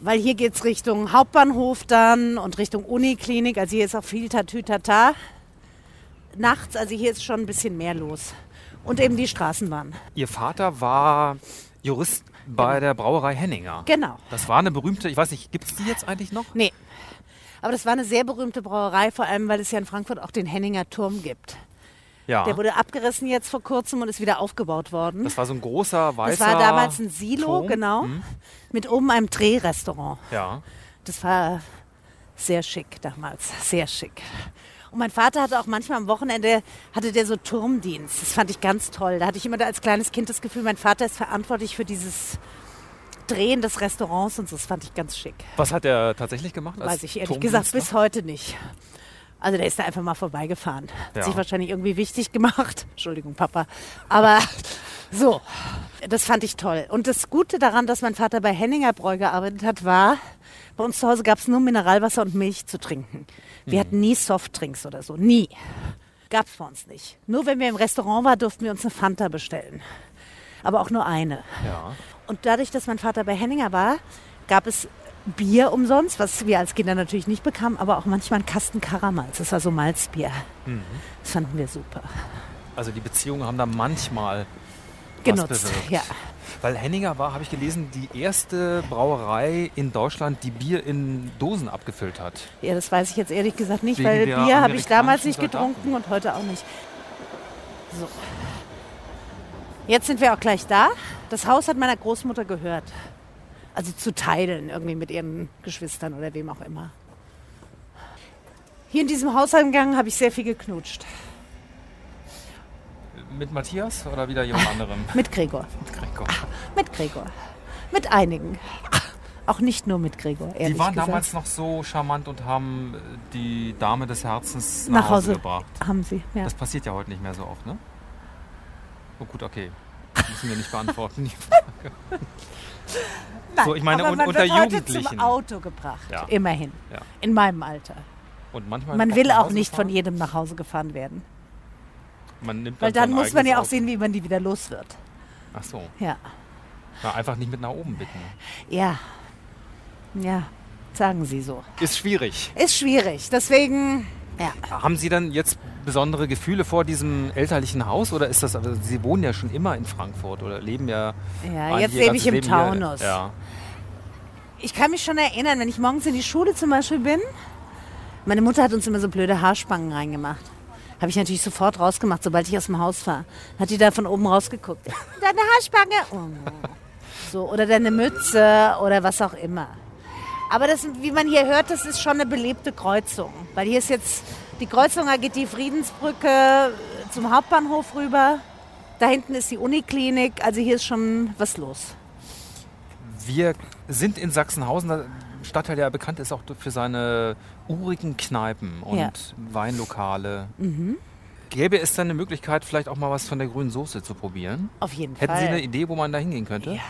Speaker 3: Weil hier geht es Richtung Hauptbahnhof dann und Richtung Uniklinik. Also hier ist auch viel Tatütata. Nachts, also hier ist schon ein bisschen mehr los. Und eben die Straßenbahn.
Speaker 2: Ihr Vater war Jurist bei der Brauerei Henninger.
Speaker 3: Genau.
Speaker 2: Das war eine berühmte, ich weiß nicht, gibt es die jetzt eigentlich noch?
Speaker 3: Nee. Aber das war eine sehr berühmte Brauerei, vor allem weil es ja in Frankfurt auch den Henninger Turm gibt.
Speaker 2: Ja.
Speaker 3: Der wurde abgerissen jetzt vor kurzem und ist wieder aufgebaut worden.
Speaker 2: Das war so ein großer, weißer. Mhm.
Speaker 3: Das war damals ein Silo,
Speaker 2: Turm.
Speaker 3: genau, mit oben einem Drehrestaurant.
Speaker 2: Ja.
Speaker 3: Das war sehr schick damals, sehr schick. Und mein Vater hatte auch manchmal am Wochenende, hatte der so Turmdienst. Das fand ich ganz toll. Da hatte ich immer da als kleines Kind das Gefühl, mein Vater ist verantwortlich für dieses Drehen des Restaurants und so. Das fand ich ganz schick.
Speaker 2: Was hat er tatsächlich gemacht? als
Speaker 3: Weiß ich ehrlich
Speaker 2: Turmdienstler?
Speaker 3: gesagt bis heute nicht. Also der ist da einfach mal vorbeigefahren. Hat
Speaker 2: Ja.
Speaker 3: sich wahrscheinlich irgendwie wichtig gemacht. Entschuldigung, Papa. Aber so, das fand ich toll. Und das Gute daran, dass mein Vater bei Henninger Bräu gearbeitet hat, war, bei uns zu Hause gab es nur Mineralwasser und Milch zu trinken. Wir hatten nie Softdrinks oder so. Nie. Gab es bei uns nicht. Nur wenn wir im Restaurant waren, durften wir uns eine Fanta bestellen. Aber auch nur eine.
Speaker 2: Ja.
Speaker 3: Und dadurch, dass mein Vater bei Henninger war, gab es Bier umsonst, was wir als Kinder natürlich nicht bekamen, aber auch manchmal einen Kasten Karamalz. Das war so Malzbier. Das fanden wir super.
Speaker 2: Also die Beziehungen haben da manchmal was
Speaker 3: Genutzt,
Speaker 2: bewirkt.
Speaker 3: ja.
Speaker 2: Weil Henninger war, habe ich gelesen, die erste Brauerei in Deutschland, die Bier in Dosen abgefüllt hat.
Speaker 3: Ja, das weiß ich jetzt ehrlich gesagt nicht,
Speaker 2: Wegen
Speaker 3: weil
Speaker 2: der
Speaker 3: Bier habe ich damals
Speaker 2: amerikanischen
Speaker 3: nicht
Speaker 2: Soldaten.
Speaker 3: getrunken und heute auch nicht. So. Jetzt sind wir auch gleich da. Das Haus hat meiner Großmutter gehört. Also zu teilen, irgendwie mit ihren Geschwistern oder wem auch immer. Hier in diesem Hauseingang habe ich sehr viel geknutscht.
Speaker 2: Mit Matthias oder wieder jemand anderem?
Speaker 3: Mit Gregor.
Speaker 2: Gregor.
Speaker 3: Mit Gregor. Mit einigen. Auch nicht nur mit Gregor, ehrlich
Speaker 2: Die waren
Speaker 3: gesagt.
Speaker 2: damals noch so charmant und haben äh, die Dame des Herzens nach,
Speaker 3: nach
Speaker 2: Hause,
Speaker 3: Hause
Speaker 2: gebracht.
Speaker 3: haben sie. Ja.
Speaker 2: Das passiert ja heute nicht mehr so oft, ne? Oh gut, okay. Müssen wir nicht beantworten. so, ich meine,
Speaker 3: aber
Speaker 2: un-
Speaker 3: man
Speaker 2: unter
Speaker 3: wird heute
Speaker 2: Jugendlichen.
Speaker 3: zum Auto gebracht,
Speaker 2: Ja.
Speaker 3: immerhin.
Speaker 2: Ja.
Speaker 3: In meinem Alter.
Speaker 2: Und manchmal
Speaker 3: Man will
Speaker 2: nach
Speaker 3: auch
Speaker 2: Hause
Speaker 3: nicht von
Speaker 2: fahren.
Speaker 3: jedem nach Hause gefahren werden.
Speaker 2: Man nimmt
Speaker 3: Weil dann
Speaker 2: sein
Speaker 3: muss man
Speaker 2: eigenes
Speaker 3: ja auch
Speaker 2: Auto.
Speaker 3: sehen, wie man die wieder los wird.
Speaker 2: Ach so,
Speaker 3: Ja.
Speaker 2: Na, einfach nicht mit nach oben bitten.
Speaker 3: Ja. Ja. Sagen Sie so.
Speaker 2: Ist schwierig.
Speaker 3: Ist schwierig. Deswegen. Ja.
Speaker 2: Haben Sie dann jetzt besondere Gefühle vor diesem elterlichen Haus oder ist das, also Sie wohnen ja schon immer in Frankfurt oder leben ja.
Speaker 3: Ja,
Speaker 2: waren
Speaker 3: jetzt
Speaker 2: Ihr
Speaker 3: lebe
Speaker 2: ganzes
Speaker 3: ich im
Speaker 2: Leben
Speaker 3: Taunus.
Speaker 2: Hier, ja.
Speaker 3: Ich kann mich schon erinnern, wenn ich morgens in die Schule zum Beispiel bin. Meine Mutter hat uns immer so blöde Haarspangen reingemacht. Habe ich natürlich sofort rausgemacht, sobald ich aus dem Haus war. Hat die da von oben rausgeguckt. Deine Haarspange. Oh. So, oder deine Mütze oder was auch immer. Aber das, wie man hier hört, das ist schon eine belebte Kreuzung. Weil hier ist jetzt, die Kreuzung, da geht die Friedensbrücke zum Hauptbahnhof rüber. Da hinten ist die Uniklinik. Also hier ist schon was los.
Speaker 2: Wir sind in Sachsenhausen, der Stadtteil der ja bekannt ist auch für seine urigen Kneipen und
Speaker 3: Ja. Mhm.
Speaker 2: Weinlokale. Gäbe es dann eine Möglichkeit, vielleicht auch mal was von der grünen Soße zu probieren?
Speaker 3: Auf jeden
Speaker 2: Hätten
Speaker 3: Fall.
Speaker 2: Sie eine Idee, wo man da hingehen könnte?
Speaker 3: ja.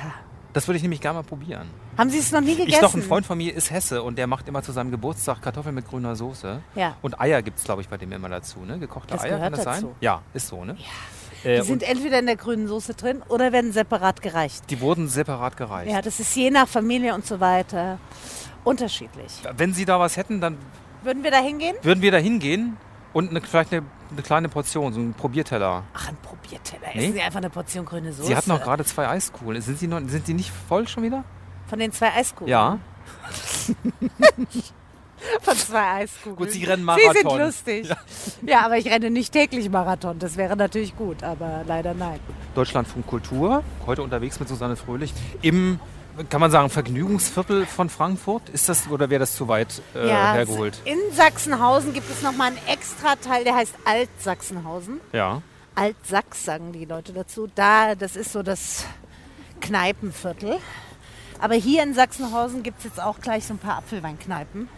Speaker 2: Das würde ich nämlich gerne mal probieren.
Speaker 3: Haben Sie es noch nie gegessen?
Speaker 2: Ich doch, ein Freund von mir ist Hesse und der macht immer zu seinem Geburtstag Kartoffeln mit grüner Soße.
Speaker 3: Ja.
Speaker 2: Und Eier gibt es, glaube ich, bei dem immer dazu, ne? Gekochte
Speaker 3: Das
Speaker 2: Eier, kann
Speaker 3: gehört
Speaker 2: das sein?
Speaker 3: dazu.
Speaker 2: Ja, ist so, ne?
Speaker 3: Die
Speaker 2: Äh,
Speaker 3: sind
Speaker 2: und
Speaker 3: entweder in der grünen Soße drin oder werden separat gereicht.
Speaker 2: die wurden separat gereicht.
Speaker 3: Ja, das ist je nach Familie und so weiter unterschiedlich.
Speaker 2: Wenn Sie da was hätten, dann
Speaker 3: Würden wir da hingehen?
Speaker 2: würden wir da hingehen und eine, vielleicht eine, eine kleine Portion, so einen Probierteller.
Speaker 3: Ach, ein Probierteller.
Speaker 2: Nee.
Speaker 3: Essen Sie einfach eine Portion grüne Soße.
Speaker 2: Sie hatten auch gerade zwei Eiskugeln. Sind Sie, noch, sind Sie nicht voll schon wieder?
Speaker 3: Von den zwei Eiskugeln.
Speaker 2: Ja.
Speaker 3: Von zwei Eiskugeln.
Speaker 2: Gut, Sie rennen
Speaker 3: Sie sind
Speaker 2: Marathon.
Speaker 3: lustig. Ja. aber ich renne nicht täglich Marathon. Das wäre natürlich gut, aber leider nein.
Speaker 2: Deutschlandfunk Kultur, heute unterwegs mit Susanne Fröhlich im, kann man sagen, Vergnügungsviertel von Frankfurt. Ist das oder wäre das zu weit äh, hergeholt?
Speaker 3: in Sachsenhausen gibt es nochmal einen extra Teil, der heißt Alt-Sachsenhausen.
Speaker 2: Ja.
Speaker 3: Altsachs, sagen die Leute dazu. Da, das ist so das Kneipenviertel. Aber hier in Sachsenhausen gibt es jetzt auch gleich so ein paar Apfelweinkneipen.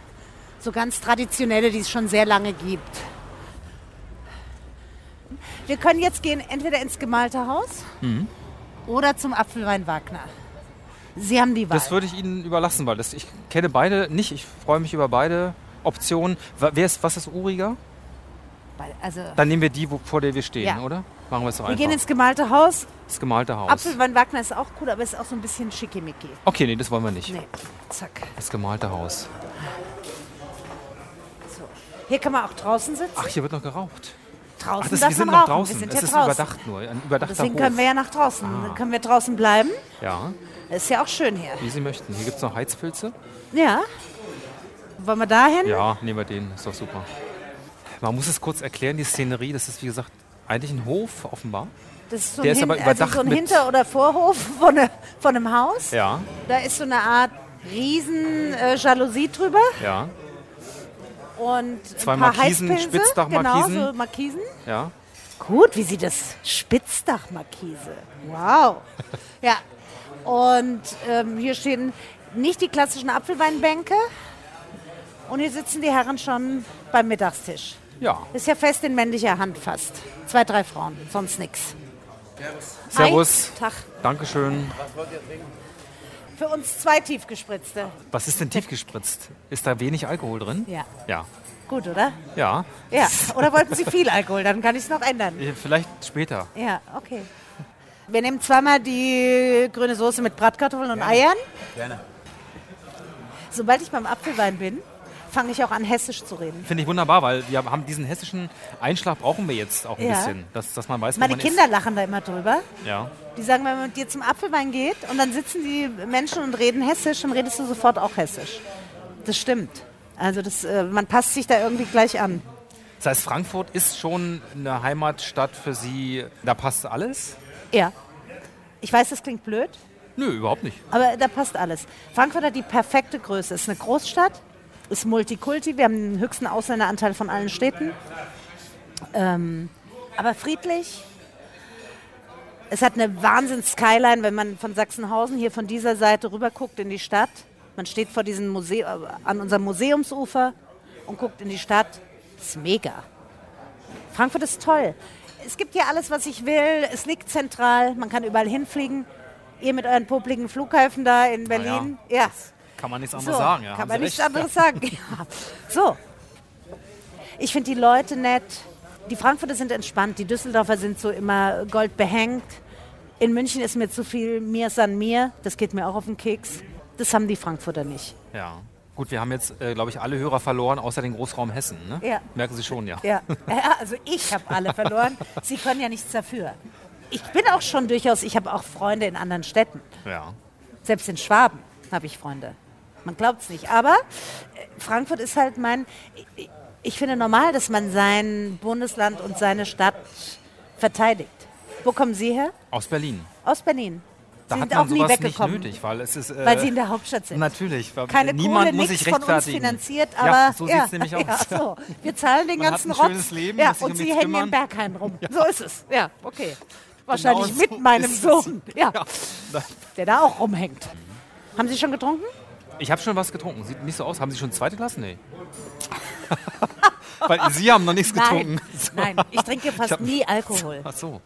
Speaker 3: So ganz traditionelle, die es schon sehr lange gibt. Wir können jetzt gehen entweder ins gemalte Haus
Speaker 2: Mhm.
Speaker 3: oder zum Apfelwein Wagner. Sie haben die Wahl.
Speaker 2: Das würde ich Ihnen überlassen, weil das, ich kenne beide nicht. Ich freue mich über beide Optionen. Wa- Wer ist, was ist uriger?
Speaker 3: Weil- also,
Speaker 2: Dann nehmen wir die, wo, vor der wir stehen,
Speaker 3: Ja.
Speaker 2: oder? Machen wir es doch
Speaker 3: wir
Speaker 2: einfach.
Speaker 3: gehen ins gemalte Haus.
Speaker 2: das gemalte Haus.
Speaker 3: Apfelwein Wagner ist auch cool, aber ist auch so ein bisschen schickimicki.
Speaker 2: Okay, nee, das wollen wir nicht.
Speaker 3: Nee, zack.
Speaker 2: Das gemalte Haus.
Speaker 3: So. Hier kann man auch draußen sitzen.
Speaker 2: Ach, hier wird noch geraucht.
Speaker 3: draußen
Speaker 2: Ach, Ah, das,
Speaker 3: darf
Speaker 2: wir sind
Speaker 3: man
Speaker 2: noch
Speaker 3: rauchen.
Speaker 2: draußen.
Speaker 3: Wir sind
Speaker 2: es
Speaker 3: ja
Speaker 2: ist
Speaker 3: draußen.
Speaker 2: überdacht nur. Ein überdachter
Speaker 3: Deswegen
Speaker 2: Hof.
Speaker 3: können wir ja nach draußen.
Speaker 2: Ah.
Speaker 3: Dann können wir draußen bleiben.
Speaker 2: ja,
Speaker 3: Ist ja auch schön hier.
Speaker 2: wie Sie möchten. Hier gibt es noch Heizpilze.
Speaker 3: Ja. Wollen wir dahin?
Speaker 2: Ja, nehmen wir den. Ist doch super. Man muss es kurz erklären, die Szenerie. Das ist, wie gesagt, eigentlich ein Hof, offenbar.
Speaker 3: Das ist so ein,
Speaker 2: Der ist
Speaker 3: Hin
Speaker 2: aber überdacht
Speaker 3: also so ein
Speaker 2: mit-
Speaker 3: Hinter- oder Vorhof von, ne, von einem Haus.
Speaker 2: Ja,
Speaker 3: Da ist so eine Art riesen äh, Jalousie drüber
Speaker 2: ja,
Speaker 3: und
Speaker 2: Zwei
Speaker 3: ein paar
Speaker 2: Markisen,
Speaker 3: Heißpilze.
Speaker 2: Spitzdachmarkisen.
Speaker 3: Genau, so Markisen.
Speaker 2: ja.
Speaker 3: Gut, wie sieht das? Spitzdachmarkise. Wow. Ja. Und ähm, hier stehen nicht die klassischen Apfelweinbänke. Und hier sitzen die Herren schon beim Mittagstisch.
Speaker 2: Ja.
Speaker 3: Ist ja fest in männlicher Hand fast. Zwei, drei Frauen, sonst nix.
Speaker 2: Servus.
Speaker 3: Hi. Tag.
Speaker 2: Dankeschön.
Speaker 3: Für uns zwei tiefgespritzte.
Speaker 2: Was ist denn tiefgespritzt? Ist da wenig Alkohol drin?
Speaker 3: Ja.
Speaker 2: Ja.
Speaker 3: gut, oder?
Speaker 2: Ja,
Speaker 3: Ja. Oder wollten Sie viel Alkohol? Dann kann ich es noch ändern.
Speaker 2: eh, vielleicht später.
Speaker 3: Ja, okay. Wir nehmen zweimal die grüne Soße mit Bratkartoffeln und Eiern.
Speaker 4: Gerne.
Speaker 3: Sobald ich beim Apfelwein bin, fange ich auch an, hessisch zu reden.
Speaker 2: Finde ich wunderbar, weil wir haben diesen hessischen Einschlag brauchen wir jetzt auch ein
Speaker 3: Ja.
Speaker 2: bisschen, dass, dass man weiß, wo
Speaker 3: Meine
Speaker 2: man
Speaker 3: Kinder lachen da immer drüber.
Speaker 2: ist. Ja.
Speaker 3: Die sagen, wenn man mit dir zum Apfelwein geht und dann sitzen die Menschen und reden hessisch, dann redest du sofort auch hessisch. Das stimmt. Also das, äh, man passt sich da irgendwie gleich an.
Speaker 2: Das heißt, Frankfurt ist schon eine Heimatstadt für Sie. Da passt alles?
Speaker 3: Ja. Ich weiß, das klingt blöd,
Speaker 2: Nö, überhaupt nicht.
Speaker 3: aber da passt alles. Frankfurt hat die perfekte Größe. Ist eine Großstadt, ist Multikulti, wir haben den höchsten Ausländeranteil von allen Städten. Ähm, aber friedlich. Es hat eine Wahnsinns-Skyline, wenn man von Sachsenhausen hier von dieser Seite rüber guckt in die Stadt. Man steht vor diesem Muse äh, an unserem Museumsufer und guckt in die Stadt. Das ist mega. Frankfurt ist toll. Es gibt hier alles, was ich will. Es liegt zentral. Man kann überall hinfliegen. Ihr mit euren publiken Flughäfen da in Berlin. ja.
Speaker 2: Kann man nichts
Speaker 3: So,
Speaker 2: anderes sagen. Ja,
Speaker 3: kann
Speaker 2: haben
Speaker 3: man
Speaker 2: Sie
Speaker 3: nichts
Speaker 2: recht.
Speaker 3: anderes sagen. Ja. So. Ich finde die Leute nett. Die Frankfurter sind entspannt. Die Düsseldorfer sind so immer goldbehängt. In München ist mir zu viel mir san mir. Das geht mir auch auf den Keks. Das haben die Frankfurter nicht.
Speaker 2: Ja. Gut, wir haben jetzt, äh, glaube ich, alle Hörer verloren, außer den Großraum Hessen. Ne?
Speaker 3: Ja.
Speaker 2: Merken Sie schon, ja.
Speaker 3: Ja, Ja, also ich habe alle verloren. Sie können ja nichts dafür. Ich bin auch schon durchaus, ich habe auch Freunde in anderen Städten.
Speaker 2: ja.
Speaker 3: Selbst in Schwaben habe ich Freunde. Man glaubt es nicht. Aber äh, Frankfurt ist halt mein. ich- Ich finde normal, dass man sein Bundesland und seine Stadt verteidigt. Wo kommen Sie her?
Speaker 2: Aus Berlin.
Speaker 3: Aus Berlin.
Speaker 2: Da
Speaker 3: Sie
Speaker 2: hat
Speaker 3: sind
Speaker 2: man
Speaker 3: auch nie
Speaker 2: sowas nicht
Speaker 3: weggekommen,
Speaker 2: nötig, weil es ist. Äh,
Speaker 3: weil Sie in der Hauptstadt sind.
Speaker 2: Natürlich. weil
Speaker 3: Keine
Speaker 2: niemand
Speaker 3: Kohle,
Speaker 2: muss
Speaker 3: nichts
Speaker 2: sich
Speaker 3: von uns
Speaker 2: rechtfertigen.
Speaker 3: finanziert,
Speaker 2: Ja,
Speaker 3: aber
Speaker 2: so sieht's nämlich aus.
Speaker 3: Ja, so. Wir zahlen den
Speaker 2: Man hat
Speaker 3: ganzen
Speaker 2: ein
Speaker 3: Rotz.
Speaker 2: schönes Leben,
Speaker 3: ja,
Speaker 2: muss sich
Speaker 3: und
Speaker 2: um
Speaker 3: Sie
Speaker 2: nichts
Speaker 3: hängen im
Speaker 2: kümmern.
Speaker 3: Berghain rum. So ist es. Ja, okay. Wahrscheinlich
Speaker 2: Genau
Speaker 3: mit
Speaker 2: so
Speaker 3: meinem
Speaker 2: ist es.
Speaker 3: Sohn, ja,
Speaker 2: Ja.
Speaker 3: der da auch rumhängt. Haben Sie schon getrunken?
Speaker 2: Ich habe schon was getrunken. Sieht nicht so aus. Haben Sie schon zweite Klasse? Nee. Weil Sie haben noch nichts getrunken.
Speaker 3: Nein, nein, ich trinke fast
Speaker 2: hab-
Speaker 3: nie Alkohol.
Speaker 2: Ach so,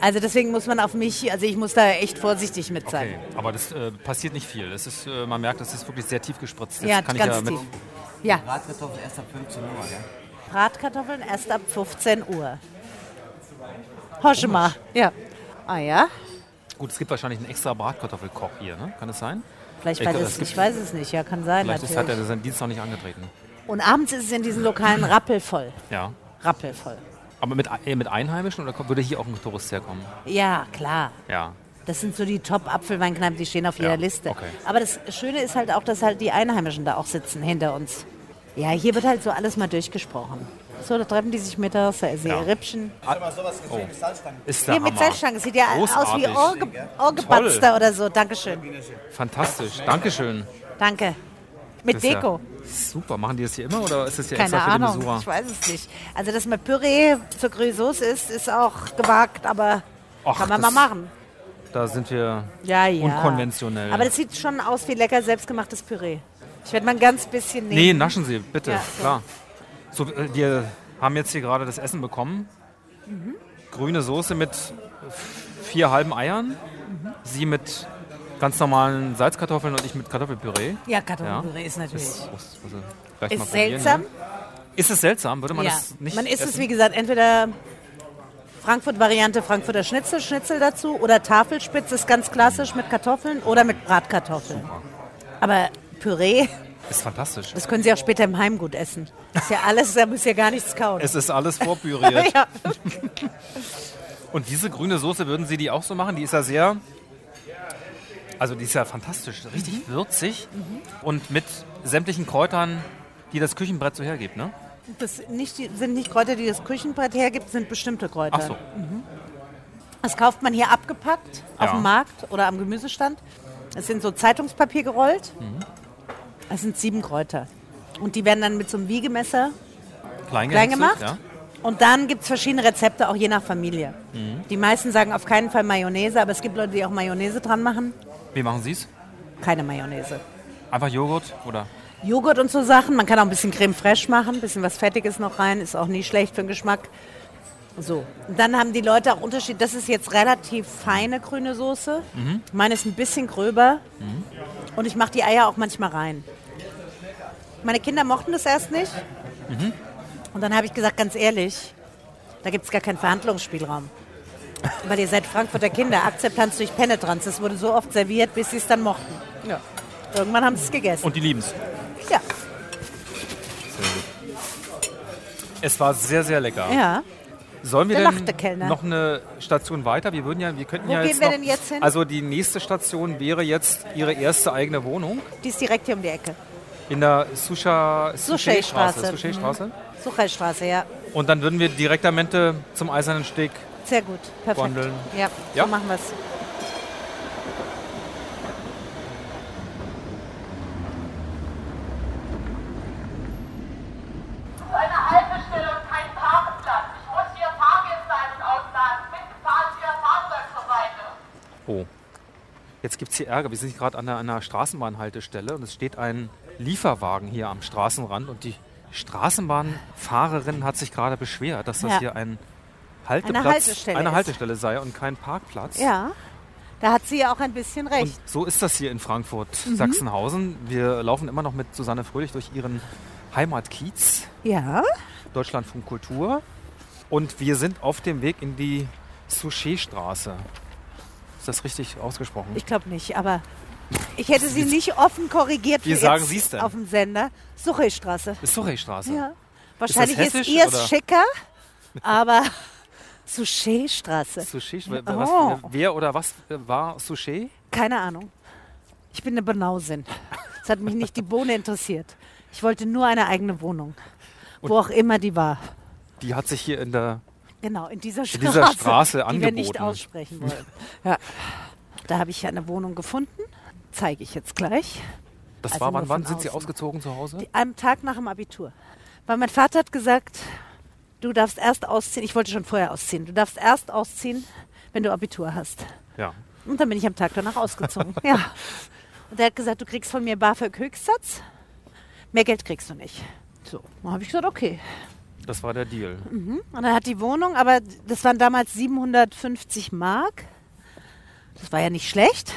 Speaker 3: Also deswegen muss man auf mich, also ich muss da echt vorsichtig mit sein.
Speaker 2: okay. Aber das äh, passiert nicht viel. Das ist, äh, man merkt, das ist wirklich sehr tief gespritzt. Das
Speaker 3: Ja,
Speaker 2: kann
Speaker 3: ganz
Speaker 2: ich ja
Speaker 3: tief.
Speaker 2: Mit,
Speaker 3: Ja,
Speaker 4: Bratkartoffeln erst ab 15 Uhr, gell?
Speaker 3: Bratkartoffeln erst ab 15 Uhr. Hoschema, ja. Ah ja,
Speaker 2: gut, es gibt wahrscheinlich einen extra Bratkartoffelkoch hier, ne? Kann es sein?
Speaker 3: vielleicht
Speaker 2: Ich
Speaker 3: weil
Speaker 2: glaub,
Speaker 3: das,
Speaker 2: es gibt-
Speaker 3: ich weiß es nicht, ja, kann sein
Speaker 2: Vielleicht ist, hat
Speaker 3: natürlich.
Speaker 2: er seinen Dienst noch nicht angetreten.
Speaker 3: Und abends ist es in diesen Lokalen rappelvoll,
Speaker 2: Ja.
Speaker 3: rappelvoll.
Speaker 2: Aber mit, äh, mit Einheimischen oder kommt- würde hier auch ein Tourist herkommen?
Speaker 3: Ja, klar.
Speaker 2: Ja.
Speaker 3: Das sind so die Top-Apfelweinkneipen, die stehen auf jeder
Speaker 2: Ja,
Speaker 3: Liste.
Speaker 2: okay.
Speaker 3: Aber das Schöne ist halt auch, dass halt die Einheimischen da auch sitzen hinter uns. Ja, hier wird halt so alles mal durchgesprochen. So, da treffen die sich mittags, da ist ihr
Speaker 2: Ja.
Speaker 3: Rippchen.
Speaker 2: Oh. Ist der
Speaker 3: Hier mit
Speaker 2: Hammer.
Speaker 3: Salzstangen, sieht ja aus wie
Speaker 2: Großartig.
Speaker 3: Orge, Orgebatzter oder so. Dankeschön.
Speaker 2: Fantastisch. Dankeschön.
Speaker 3: Danke. Mit
Speaker 2: Das ist ja
Speaker 3: Deko.
Speaker 2: Super. Machen die das hier immer oder ist das hier
Speaker 3: Keine
Speaker 2: extra für die
Speaker 3: Ahnung,
Speaker 2: Besucher?
Speaker 3: ich weiß es nicht. Also, dass man Püree zur Grüne Soße isst, ist auch gewagt, aber
Speaker 2: Ach,
Speaker 3: kann man mal
Speaker 2: das-
Speaker 3: machen.
Speaker 2: Da sind wir
Speaker 3: Ja, ja.
Speaker 2: unkonventionell.
Speaker 3: Aber das sieht schon aus wie lecker selbstgemachtes Püree. Ich werde mal ein ganz bisschen
Speaker 2: Nee,
Speaker 3: nehmen.
Speaker 2: naschen Sie, bitte,
Speaker 3: Ja, so.
Speaker 2: klar. So, äh, wir haben jetzt hier gerade das Essen bekommen.
Speaker 3: Mhm.
Speaker 2: Grüne Soße mit f- vier halben Eiern.
Speaker 3: Mhm.
Speaker 2: Sie mit ganz normalen Salzkartoffeln und ich mit Kartoffelpüree.
Speaker 3: Ja, Kartoffelpüree ist natürlich.
Speaker 2: Das
Speaker 3: Ist,
Speaker 2: muss- muss ich gleich mal probieren,
Speaker 3: seltsam.
Speaker 2: ne? Ist es seltsam? Würde man
Speaker 3: ja.
Speaker 2: das nicht
Speaker 3: Man isst es,
Speaker 2: essen?
Speaker 3: wie gesagt, entweder Frankfurt-Variante, Frankfurter Schnitzel, Schnitzel dazu oder Tafelspitz ist ganz klassisch mit Kartoffeln oder mit Bratkartoffeln. Aber Püree,
Speaker 2: Ist fantastisch.
Speaker 3: das können Sie auch später im Heim gut essen. Ist ja alles, da müsst ihr gar nichts kauen.
Speaker 2: Es ist alles vorpüriert.
Speaker 3: ja.
Speaker 2: Und diese grüne Soße, würden Sie die auch so machen? Die ist ja sehr, also die ist ja fantastisch, richtig
Speaker 3: Mhm.
Speaker 2: würzig und mit sämtlichen Kräutern, die das Küchenbrett so hergibt, ne?
Speaker 3: Das sind nicht, die- sind nicht Kräuter, die das Küchenbrett hergibt, sind bestimmte Kräuter.
Speaker 2: Ach so,
Speaker 3: Das kauft man hier abgepackt auf
Speaker 2: Ja.
Speaker 3: dem Markt oder am Gemüsestand. Es sind so Zeitungspapier gerollt. Es sind sieben Kräuter. Und die werden dann mit so einem Wiegemesser
Speaker 2: klein,
Speaker 3: klein
Speaker 2: gehäckselt,
Speaker 3: gemacht. Und dann gibt es verschiedene Rezepte, auch je nach Familie. Die meisten sagen auf keinen Fall Mayonnaise, aber es gibt Leute, die auch Mayonnaise dran machen.
Speaker 2: Ja. Wie machen Sie es?
Speaker 3: Keine Mayonnaise.
Speaker 2: Einfach Joghurt oder?
Speaker 3: Joghurt und so Sachen. Man kann auch ein bisschen Creme fraiche machen, ein bisschen was Fettiges noch rein, ist auch nie schlecht für den Geschmack. So, und dann haben die Leute auch Unterschied. Das ist jetzt relativ feine grüne Soße. Meine ist ein bisschen gröber. Und ich mache die Eier auch manchmal rein. Meine Kinder mochten das erst nicht. Und dann habe ich gesagt, ganz ehrlich, da gibt es gar keinen Verhandlungsspielraum. Weil ihr seid Frankfurter Kinder, Akzeptanz durch Penetranz. Das wurde so oft serviert, bis sie es dann mochten. Ja. Irgendwann haben sie es gegessen.
Speaker 2: Und die lieben es.
Speaker 3: ja.
Speaker 2: Es war sehr, sehr lecker.
Speaker 3: ja.
Speaker 2: Sollen wir
Speaker 3: Da lacht der
Speaker 2: denn
Speaker 3: Kellner.
Speaker 2: noch eine Station weiter? Wir würden ja, wir könnten
Speaker 3: Wo
Speaker 2: ja
Speaker 3: gehen
Speaker 2: jetzt
Speaker 3: wir
Speaker 2: noch,
Speaker 3: denn jetzt hin?
Speaker 2: Also die nächste Station wäre jetzt Ihre erste eigene Wohnung
Speaker 3: Die ist direkt hier um die Ecke.
Speaker 2: in der Susha Suchet-Straße.
Speaker 3: Suchet-Straße. Mhm.
Speaker 2: Suchet-Straße.
Speaker 3: Suchheilstraße, ja.
Speaker 2: Und dann würden wir direktamente zum Eisernen Steg.
Speaker 3: Sehr gut. Perfekt.
Speaker 2: Gondeln.
Speaker 3: Ja,
Speaker 2: Ja.
Speaker 3: so machen wir es.
Speaker 5: eine Haltestelle und kein Parkplatz. Ich muss hier Fahrgäste ein- und ausladen. Bitte fahren Sie Ihr Fahrzeug zur Seite.
Speaker 2: Oh. Jetzt gibt es hier Ärger. Wir sind gerade an einer, einer Straßenbahnhaltestelle und es steht ein Lieferwagen hier am Straßenrand und die Straßenbahnfahrerin hat sich gerade beschwert, dass das
Speaker 3: Ja.
Speaker 2: hier ein Halteplatz,
Speaker 3: Haltestelle
Speaker 2: eine
Speaker 3: ist.
Speaker 2: Haltestelle sei und kein Parkplatz.
Speaker 3: Ja. Da hat sie ja auch ein bisschen recht.
Speaker 2: Und so ist das hier in Frankfurt,
Speaker 3: Mhm.
Speaker 2: Sachsenhausen. Wir laufen immer noch mit Susanne Fröhlich durch ihren Heimatkiez,
Speaker 3: ja.
Speaker 2: Deutschlandfunk Kultur. Und wir sind auf dem Weg in die Suchet-Straße. Ist das richtig ausgesprochen?
Speaker 3: Ich glaube nicht, aber ich hätte sie nicht offen korrigiert.
Speaker 2: Wie
Speaker 3: für
Speaker 2: sagen
Speaker 3: jetzt
Speaker 2: Sie's denn?
Speaker 3: Auf dem Sender. Suchelstraße.
Speaker 2: ist Suchet-Straße.
Speaker 3: Ja. Wahrscheinlich ist,
Speaker 2: hessisch,
Speaker 3: ihr
Speaker 2: oder?
Speaker 3: es schicker, aber Suchetstraße.
Speaker 2: Suchet,
Speaker 3: Oh.
Speaker 2: was, wer oder was äh, war Suchet?
Speaker 3: Keine Ahnung. Ich bin eine Benausin. Es hat mich nicht die Bohne interessiert. Ich wollte nur eine eigene Wohnung. wo auch immer die war.
Speaker 2: Die hat sich hier in der
Speaker 3: Genau, in dieser Straße,
Speaker 2: dieser Straße
Speaker 3: die wir nicht
Speaker 2: angeboten.
Speaker 3: aussprechen wollen. ja. Da habe ich ja eine Wohnung gefunden, zeige ich jetzt gleich.
Speaker 2: Das
Speaker 3: Also
Speaker 2: war wann
Speaker 3: nur
Speaker 2: wann
Speaker 3: von
Speaker 2: sind Sie
Speaker 3: außen.
Speaker 2: ausgezogen zu Hause?
Speaker 3: Die, am Tag nach dem Abitur. Weil mein Vater hat gesagt, du darfst erst ausziehen, ich wollte schon vorher ausziehen, du darfst erst ausziehen, wenn du Abitur hast.
Speaker 2: ja.
Speaker 3: Und dann bin ich am Tag danach ausgezogen. ja. Und er hat gesagt, du kriegst von mir BAföG Höchstsatz, mehr Geld kriegst du nicht. So, dann habe ich gesagt, okay.
Speaker 2: Das war der Deal.
Speaker 3: Und dann hat die Wohnung, aber das waren damals 750 Mark. Das war ja nicht schlecht.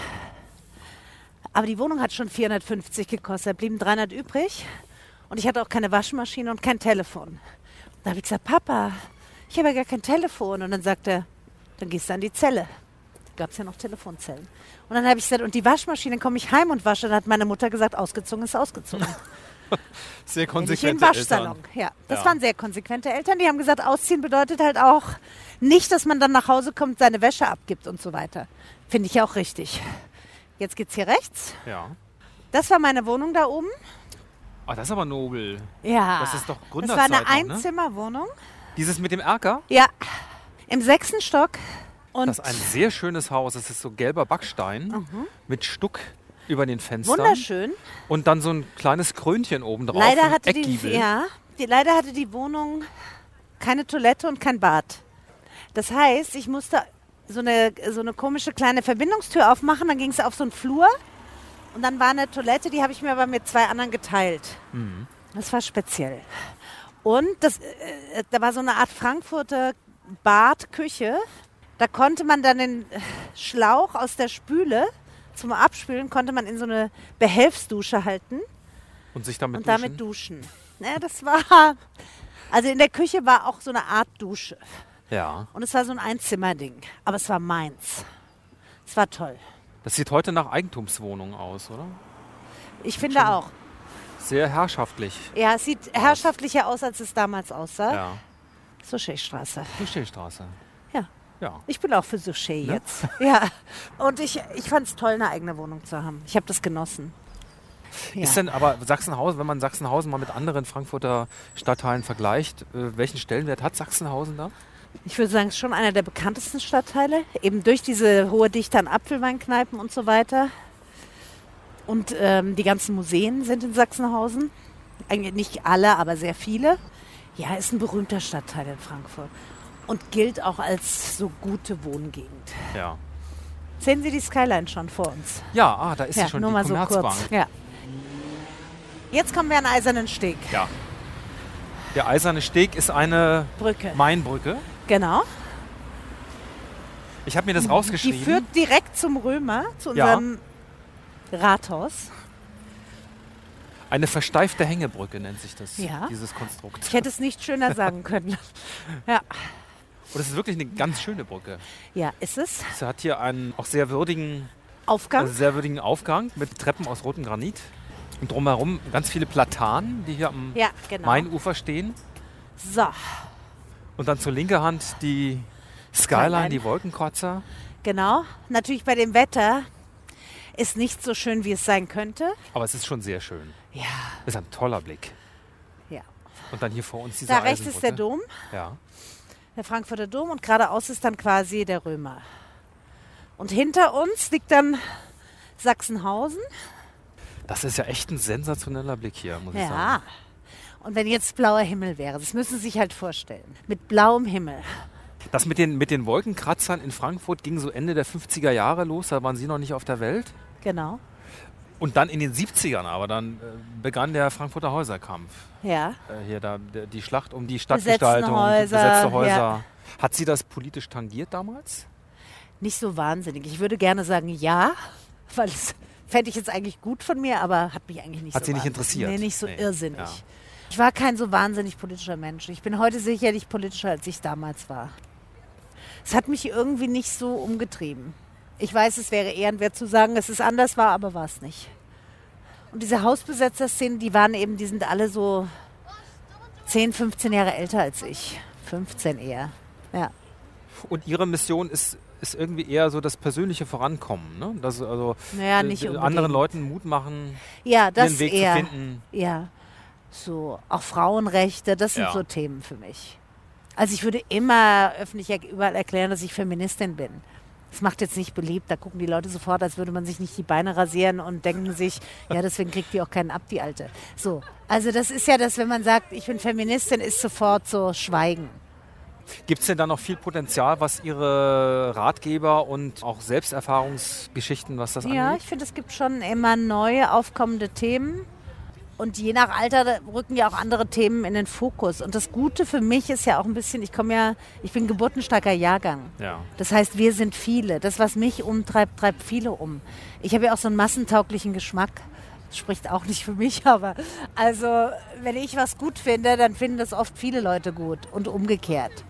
Speaker 3: Aber die Wohnung hat schon 450 gekostet, da blieben 300 übrig. Und ich hatte auch keine Waschmaschine und kein Telefon. Da habe ich gesagt, Papa, ich habe ja gar kein Telefon. Und dann sagt er, dann gehst du an die Zelle. Da gab es ja noch Telefonzellen. Und dann habe ich gesagt, und die Waschmaschine, dann komme ich heim und wasche. Dann hat meine Mutter gesagt, ausgezogen ist ausgezogen.
Speaker 2: Sehr
Speaker 3: Bin ich im Waschsalon. Ja, das
Speaker 2: Ja.
Speaker 3: waren sehr konsequente Eltern. Die haben gesagt, ausziehen bedeutet halt auch nicht, dass man dann nach Hause kommt, seine Wäsche abgibt und so weiter. Finde ich ja auch richtig. Jetzt geht's hier rechts.
Speaker 2: Ja.
Speaker 3: Das war meine Wohnung da oben.
Speaker 2: Ah, das ist aber nobel.
Speaker 3: Ja.
Speaker 2: Das ist doch
Speaker 3: Das war eine
Speaker 2: Gründerzeit noch, ne?
Speaker 3: Einzimmerwohnung.
Speaker 2: Dieses mit dem Erker,
Speaker 3: Ja. Im sechsten Stock. Und Mhm.
Speaker 2: das ist ein sehr schönes Haus. Das ist so gelber Backstein mit Stuck über den Fenstern.
Speaker 3: wunderschön.
Speaker 2: Und dann so ein kleines Krönchen oben drauf.
Speaker 3: Leider
Speaker 2: ein
Speaker 3: hatte, die,
Speaker 2: Eckgiebel.
Speaker 3: ja, die, leider hatte die Wohnung keine Toilette und kein Bad. Das heißt, ich musste so eine, so eine komische kleine Verbindungstür aufmachen, dann ging es auf so einen Flur und dann war eine Toilette, die habe ich mir aber mit zwei anderen geteilt. Das war speziell. Und das, äh, da war so eine Art Frankfurter Badküche. Da konnte man dann den Schlauch aus der Spüle zum Abspülen, konnte man in so eine Behelfsdusche halten
Speaker 2: Und sich damit
Speaker 3: und damit
Speaker 2: duschen.
Speaker 3: duschen. Naja, das war. Also in der Küche war auch so eine Art Dusche.
Speaker 2: Ja.
Speaker 3: Und es war so ein Einzimmerding. Aber es war meins. Es war toll.
Speaker 2: Das sieht heute nach Eigentumswohnung aus, oder?
Speaker 3: Ich finde auch.
Speaker 2: Sehr herrschaftlich.
Speaker 3: Ja, es sieht herrschaftlicher aus, als es damals aussah.
Speaker 2: Ja.
Speaker 3: Suchetstraße.
Speaker 2: Suchetstraße.
Speaker 3: Ja.
Speaker 2: Ja.
Speaker 3: Ich bin auch für Suchet
Speaker 2: Ne?
Speaker 3: jetzt. Ja. Und ich, ich fand es toll, eine eigene Wohnung zu haben. Ich habe das genossen. Ja.
Speaker 2: Ist denn aber Sachsenhausen, wenn man Sachsenhausen mal mit anderen Frankfurter Stadtteilen vergleicht, äh, welchen Stellenwert hat Sachsenhausen da?
Speaker 3: Ich würde sagen, es ist schon einer der bekanntesten Stadtteile, eben durch diese hohe Dichte an Apfelweinkneipen und so weiter. Und ähm, die ganzen Museen sind in Sachsenhausen. Eigentlich nicht alle, aber sehr viele. Ja, ist ein berühmter Stadtteil in Frankfurt und gilt auch als so gute Wohngegend.
Speaker 2: Ja.
Speaker 3: Sehen Sie die Skyline schon vor uns?
Speaker 2: Ja, ah, da ist
Speaker 3: ja,
Speaker 2: sie schon
Speaker 3: nur
Speaker 2: die
Speaker 3: mal so
Speaker 2: Commerzbank.
Speaker 3: kurz. Ja. Jetzt kommen wir an den Eisernen Steg,
Speaker 2: Ja. Der Eiserne Steg ist eine
Speaker 3: Brücke.
Speaker 2: Mainbrücke.
Speaker 3: Genau.
Speaker 2: Ich habe mir das
Speaker 3: Die
Speaker 2: rausgeschrieben.
Speaker 3: führt direkt zum Römer, zu
Speaker 2: Ja.
Speaker 3: unserem Rathaus.
Speaker 2: Eine versteifte Hängebrücke nennt sich das,
Speaker 3: Ja.
Speaker 2: dieses Konstrukt.
Speaker 3: Ich hätte es nicht schöner sagen können. Ja,
Speaker 2: Und es ist wirklich eine ganz schöne Brücke.
Speaker 3: ja ist es.
Speaker 2: Sie hat hier einen auch sehr würdigen,
Speaker 3: Aufgang.
Speaker 2: also sehr würdigen Aufgang mit Treppen aus rotem Granit. Und drumherum ganz viele Platanen, die hier am
Speaker 3: Ja, genau.
Speaker 2: Mainufer stehen.
Speaker 3: So,
Speaker 2: Und dann zur linken Hand die Skyline,
Speaker 3: Skyline.
Speaker 2: die Wolkenkratzer.
Speaker 3: genau. Natürlich bei dem Wetter ist nicht so schön, wie es sein könnte.
Speaker 2: Aber es ist schon sehr schön.
Speaker 3: Ja,
Speaker 2: Ist ein toller Blick.
Speaker 3: ja.
Speaker 2: Und dann hier vor uns diese
Speaker 3: Da rechts ist der
Speaker 2: Eisenbrücke.
Speaker 3: Dom,
Speaker 2: Ja.
Speaker 3: der Frankfurter Dom, und geradeaus ist dann quasi der Römer. Und hinter uns liegt dann Sachsenhausen.
Speaker 2: Das ist ja echt ein sensationeller Blick hier, muss ich
Speaker 3: Ja.
Speaker 2: sagen.
Speaker 3: Und wenn jetzt blauer Himmel wäre, das müssen Sie sich halt vorstellen. Mit blauem Himmel.
Speaker 2: Das mit den, mit den Wolkenkratzern in Frankfurt ging so Ende der 50er Jahre los, da waren Sie noch nicht auf der Welt.
Speaker 3: Genau.
Speaker 2: Und dann in den 70ern aber, dann äh, begann der Frankfurter Häuserkampf.
Speaker 3: Ja.
Speaker 2: Äh, hier da, der- die Schlacht um die
Speaker 3: Besetzten
Speaker 2: Stadtgestaltung,
Speaker 3: Häuser,
Speaker 2: besetzte Häuser.
Speaker 3: ja.
Speaker 2: Hat sie das politisch tangiert damals?
Speaker 3: Nicht so wahnsinnig. Ich würde gerne sagen ja, weil das fände ich jetzt eigentlich gut von mir, aber hat mich eigentlich nicht
Speaker 2: Hat
Speaker 3: so
Speaker 2: Sie nicht
Speaker 3: wahnsinnig-
Speaker 2: interessiert?
Speaker 3: Nee, nicht so
Speaker 2: Nee,
Speaker 3: irrsinnig.
Speaker 2: ja.
Speaker 3: Ich war kein so wahnsinnig politischer Mensch. Ich bin heute sicherlich politischer, als ich damals war. Es hat mich irgendwie nicht so umgetrieben. Ich weiß, es wäre ehrenwert zu sagen, dass es anders war, aber war es nicht. Und diese Hausbesetzer-Szenen, die waren eben, die sind alle so 10, 15 Jahre älter als ich. 15 eher. Ja.
Speaker 2: Und ihre Mission ist, ist irgendwie eher so das persönliche Vorankommen. Ne? Das, also
Speaker 3: Naja,
Speaker 2: äh,
Speaker 3: nicht
Speaker 2: den
Speaker 3: unbedingt.
Speaker 2: anderen Leuten Mut machen,
Speaker 3: Ja, das
Speaker 2: ihren Weg
Speaker 3: eher.
Speaker 2: zu finden.
Speaker 3: Ja, so auch Frauenrechte, das sind
Speaker 2: Ja.
Speaker 3: so Themen für mich. Also ich würde immer öffentlich er- überall erklären, dass ich Feministin bin. Das macht jetzt nicht beliebt, da gucken die Leute sofort, als würde man sich nicht die Beine rasieren und denken sich, ja, deswegen kriegt die auch keinen ab, die Alte. So, also das ist ja das, wenn man sagt, ich bin Feministin, ist sofort so Schweigen.
Speaker 2: Gibt es denn da noch viel Potenzial, was Ihre Ratgeber und auch Selbsterfahrungsgeschichten, was das
Speaker 3: Ja,
Speaker 2: angeht?
Speaker 3: ich finde, es gibt schon immer neue aufkommende Themen. Und je nach Alter da rücken ja auch andere Themen in den Fokus. Und das Gute für mich ist ja auch ein bisschen, ich komme ja, ich bin geburtenstarker Jahrgang.
Speaker 2: Ja.
Speaker 3: Das heißt, wir sind viele. Das, was mich umtreibt, treibt viele um. Ich habe ja auch so einen massentauglichen Geschmack. Das spricht auch nicht für mich, aber also wenn ich was gut finde, dann finden das oft viele Leute gut und umgekehrt.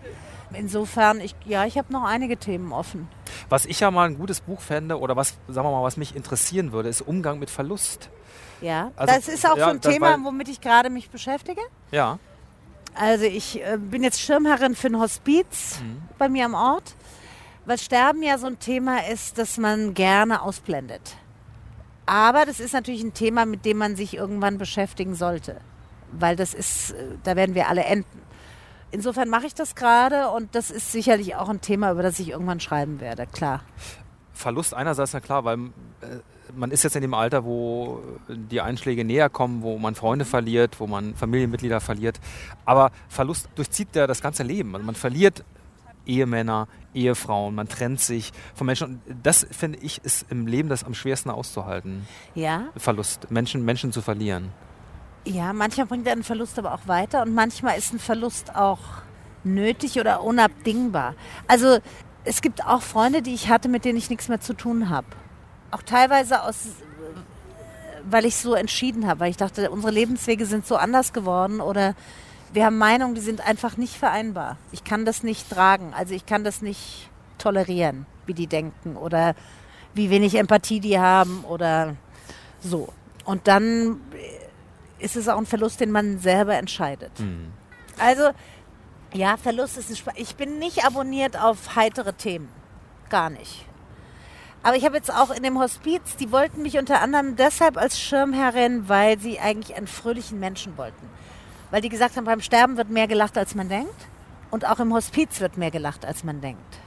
Speaker 3: Insofern, ich, ja, ich habe noch einige Themen offen.
Speaker 2: Was ich ja mal ein gutes Buch fände oder was, sagen wir mal, was mich interessieren würde, ist Umgang mit Verlust.
Speaker 3: Ja,
Speaker 2: Also,
Speaker 3: das ist auch
Speaker 2: ja,
Speaker 3: so ein
Speaker 2: das
Speaker 3: Thema,
Speaker 2: war-
Speaker 3: womit ich gerade mich beschäftige.
Speaker 2: Ja.
Speaker 3: Also ich äh, bin jetzt Schirmherrin für ein Hospiz
Speaker 2: Mhm.
Speaker 3: bei mir am Ort, weil Sterben ja so ein Thema ist, das man gerne ausblendet. Aber das ist natürlich ein Thema, mit dem man sich irgendwann beschäftigen sollte, weil das ist, äh, da werden wir alle enden. Insofern mache ich das gerade und das ist sicherlich auch ein Thema, über das ich irgendwann schreiben werde, klar.
Speaker 2: Verlust einerseits, na klar, weil äh, man ist jetzt in dem Alter, wo äh, die Einschläge näher kommen, wo man Freunde verliert, wo man Familienmitglieder verliert. Aber Verlust durchzieht ja das ganze Leben. Also man verliert Ehemänner, Ehefrauen, man trennt sich von Menschen. Und das, finde ich, ist im Leben das am schwersten auszuhalten.
Speaker 3: Ja,
Speaker 2: Verlust, Menschen, Menschen zu verlieren.
Speaker 3: Ja, manchmal bringt ein Verlust aber auch weiter und manchmal ist ein Verlust auch nötig oder unabdingbar. Also es gibt auch Freunde, die ich hatte, mit denen ich nichts mehr zu tun habe. Auch teilweise aus, äh, weil ich so entschieden habe, weil ich dachte, unsere Lebenswege sind so anders geworden oder wir haben Meinungen, die sind einfach nicht vereinbar. Ich kann das nicht tragen, also ich kann das nicht tolerieren, wie die denken oder wie wenig Empathie die haben oder so. Und dann ist es auch ein Verlust, den man selber entscheidet. Also, ja, Verlust ist ein Spa Ich bin nicht abonniert auf heitere Themen. Gar nicht. Aber ich habe jetzt auch in dem Hospiz, die wollten mich unter anderem deshalb als Schirmherrin, weil sie eigentlich einen fröhlichen Menschen wollten. Weil die gesagt haben, beim Sterben wird mehr gelacht, als man denkt. Und auch im Hospiz wird mehr gelacht, als man denkt.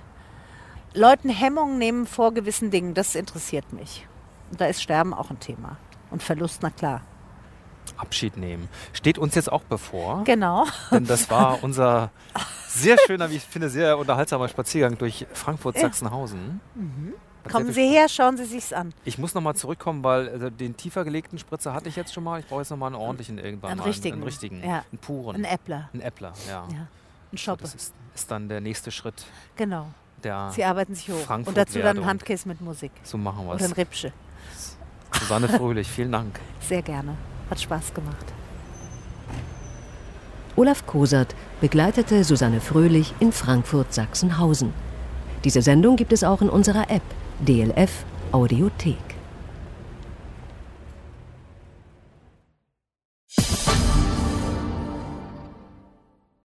Speaker 3: Leuten Hemmungen nehmen vor gewissen Dingen, das interessiert mich. Und da ist Sterben auch ein Thema. Und Verlust, na klar.
Speaker 2: Abschied nehmen. Steht uns jetzt auch bevor.
Speaker 3: Genau.
Speaker 2: Denn das war unser sehr schöner, wie ich finde, sehr unterhaltsamer Spaziergang durch Frankfurt-Sachsenhausen. Hat sehr
Speaker 3: Kommen
Speaker 2: viel
Speaker 3: Sie her, schauen Sie sich's an.
Speaker 2: Ich muss nochmal zurückkommen, weil also den tiefer gelegten Spritzer hatte ich jetzt schon mal. Ich brauche jetzt nochmal einen ordentlichen irgendwann.
Speaker 3: Einen
Speaker 2: mal,
Speaker 3: richtigen.
Speaker 2: Einen richtigen.
Speaker 3: Ja.
Speaker 2: Einen puren.
Speaker 3: Ein Äppler,
Speaker 2: Einen Äppler, ja.
Speaker 3: Ja. ein Schoppe.
Speaker 2: Das ist, ist dann der nächste Schritt.
Speaker 3: Genau.
Speaker 2: Der,
Speaker 3: Sie arbeiten sich hoch.
Speaker 2: Frankfurt
Speaker 3: und dazu
Speaker 2: werde
Speaker 3: dann
Speaker 2: und-
Speaker 3: ein Handkäse mit Musik.
Speaker 2: so machen wir
Speaker 3: Oder ein
Speaker 2: es.
Speaker 3: Rippsche.
Speaker 2: Susanne Fröhlich, vielen Dank.
Speaker 3: Sehr gerne. Hat Spaß gemacht.
Speaker 1: Olaf Kosert begleitete Susanne Fröhlich in Frankfurt-Sachsenhausen. Diese Sendung gibt es auch in unserer App DLF Audiothek.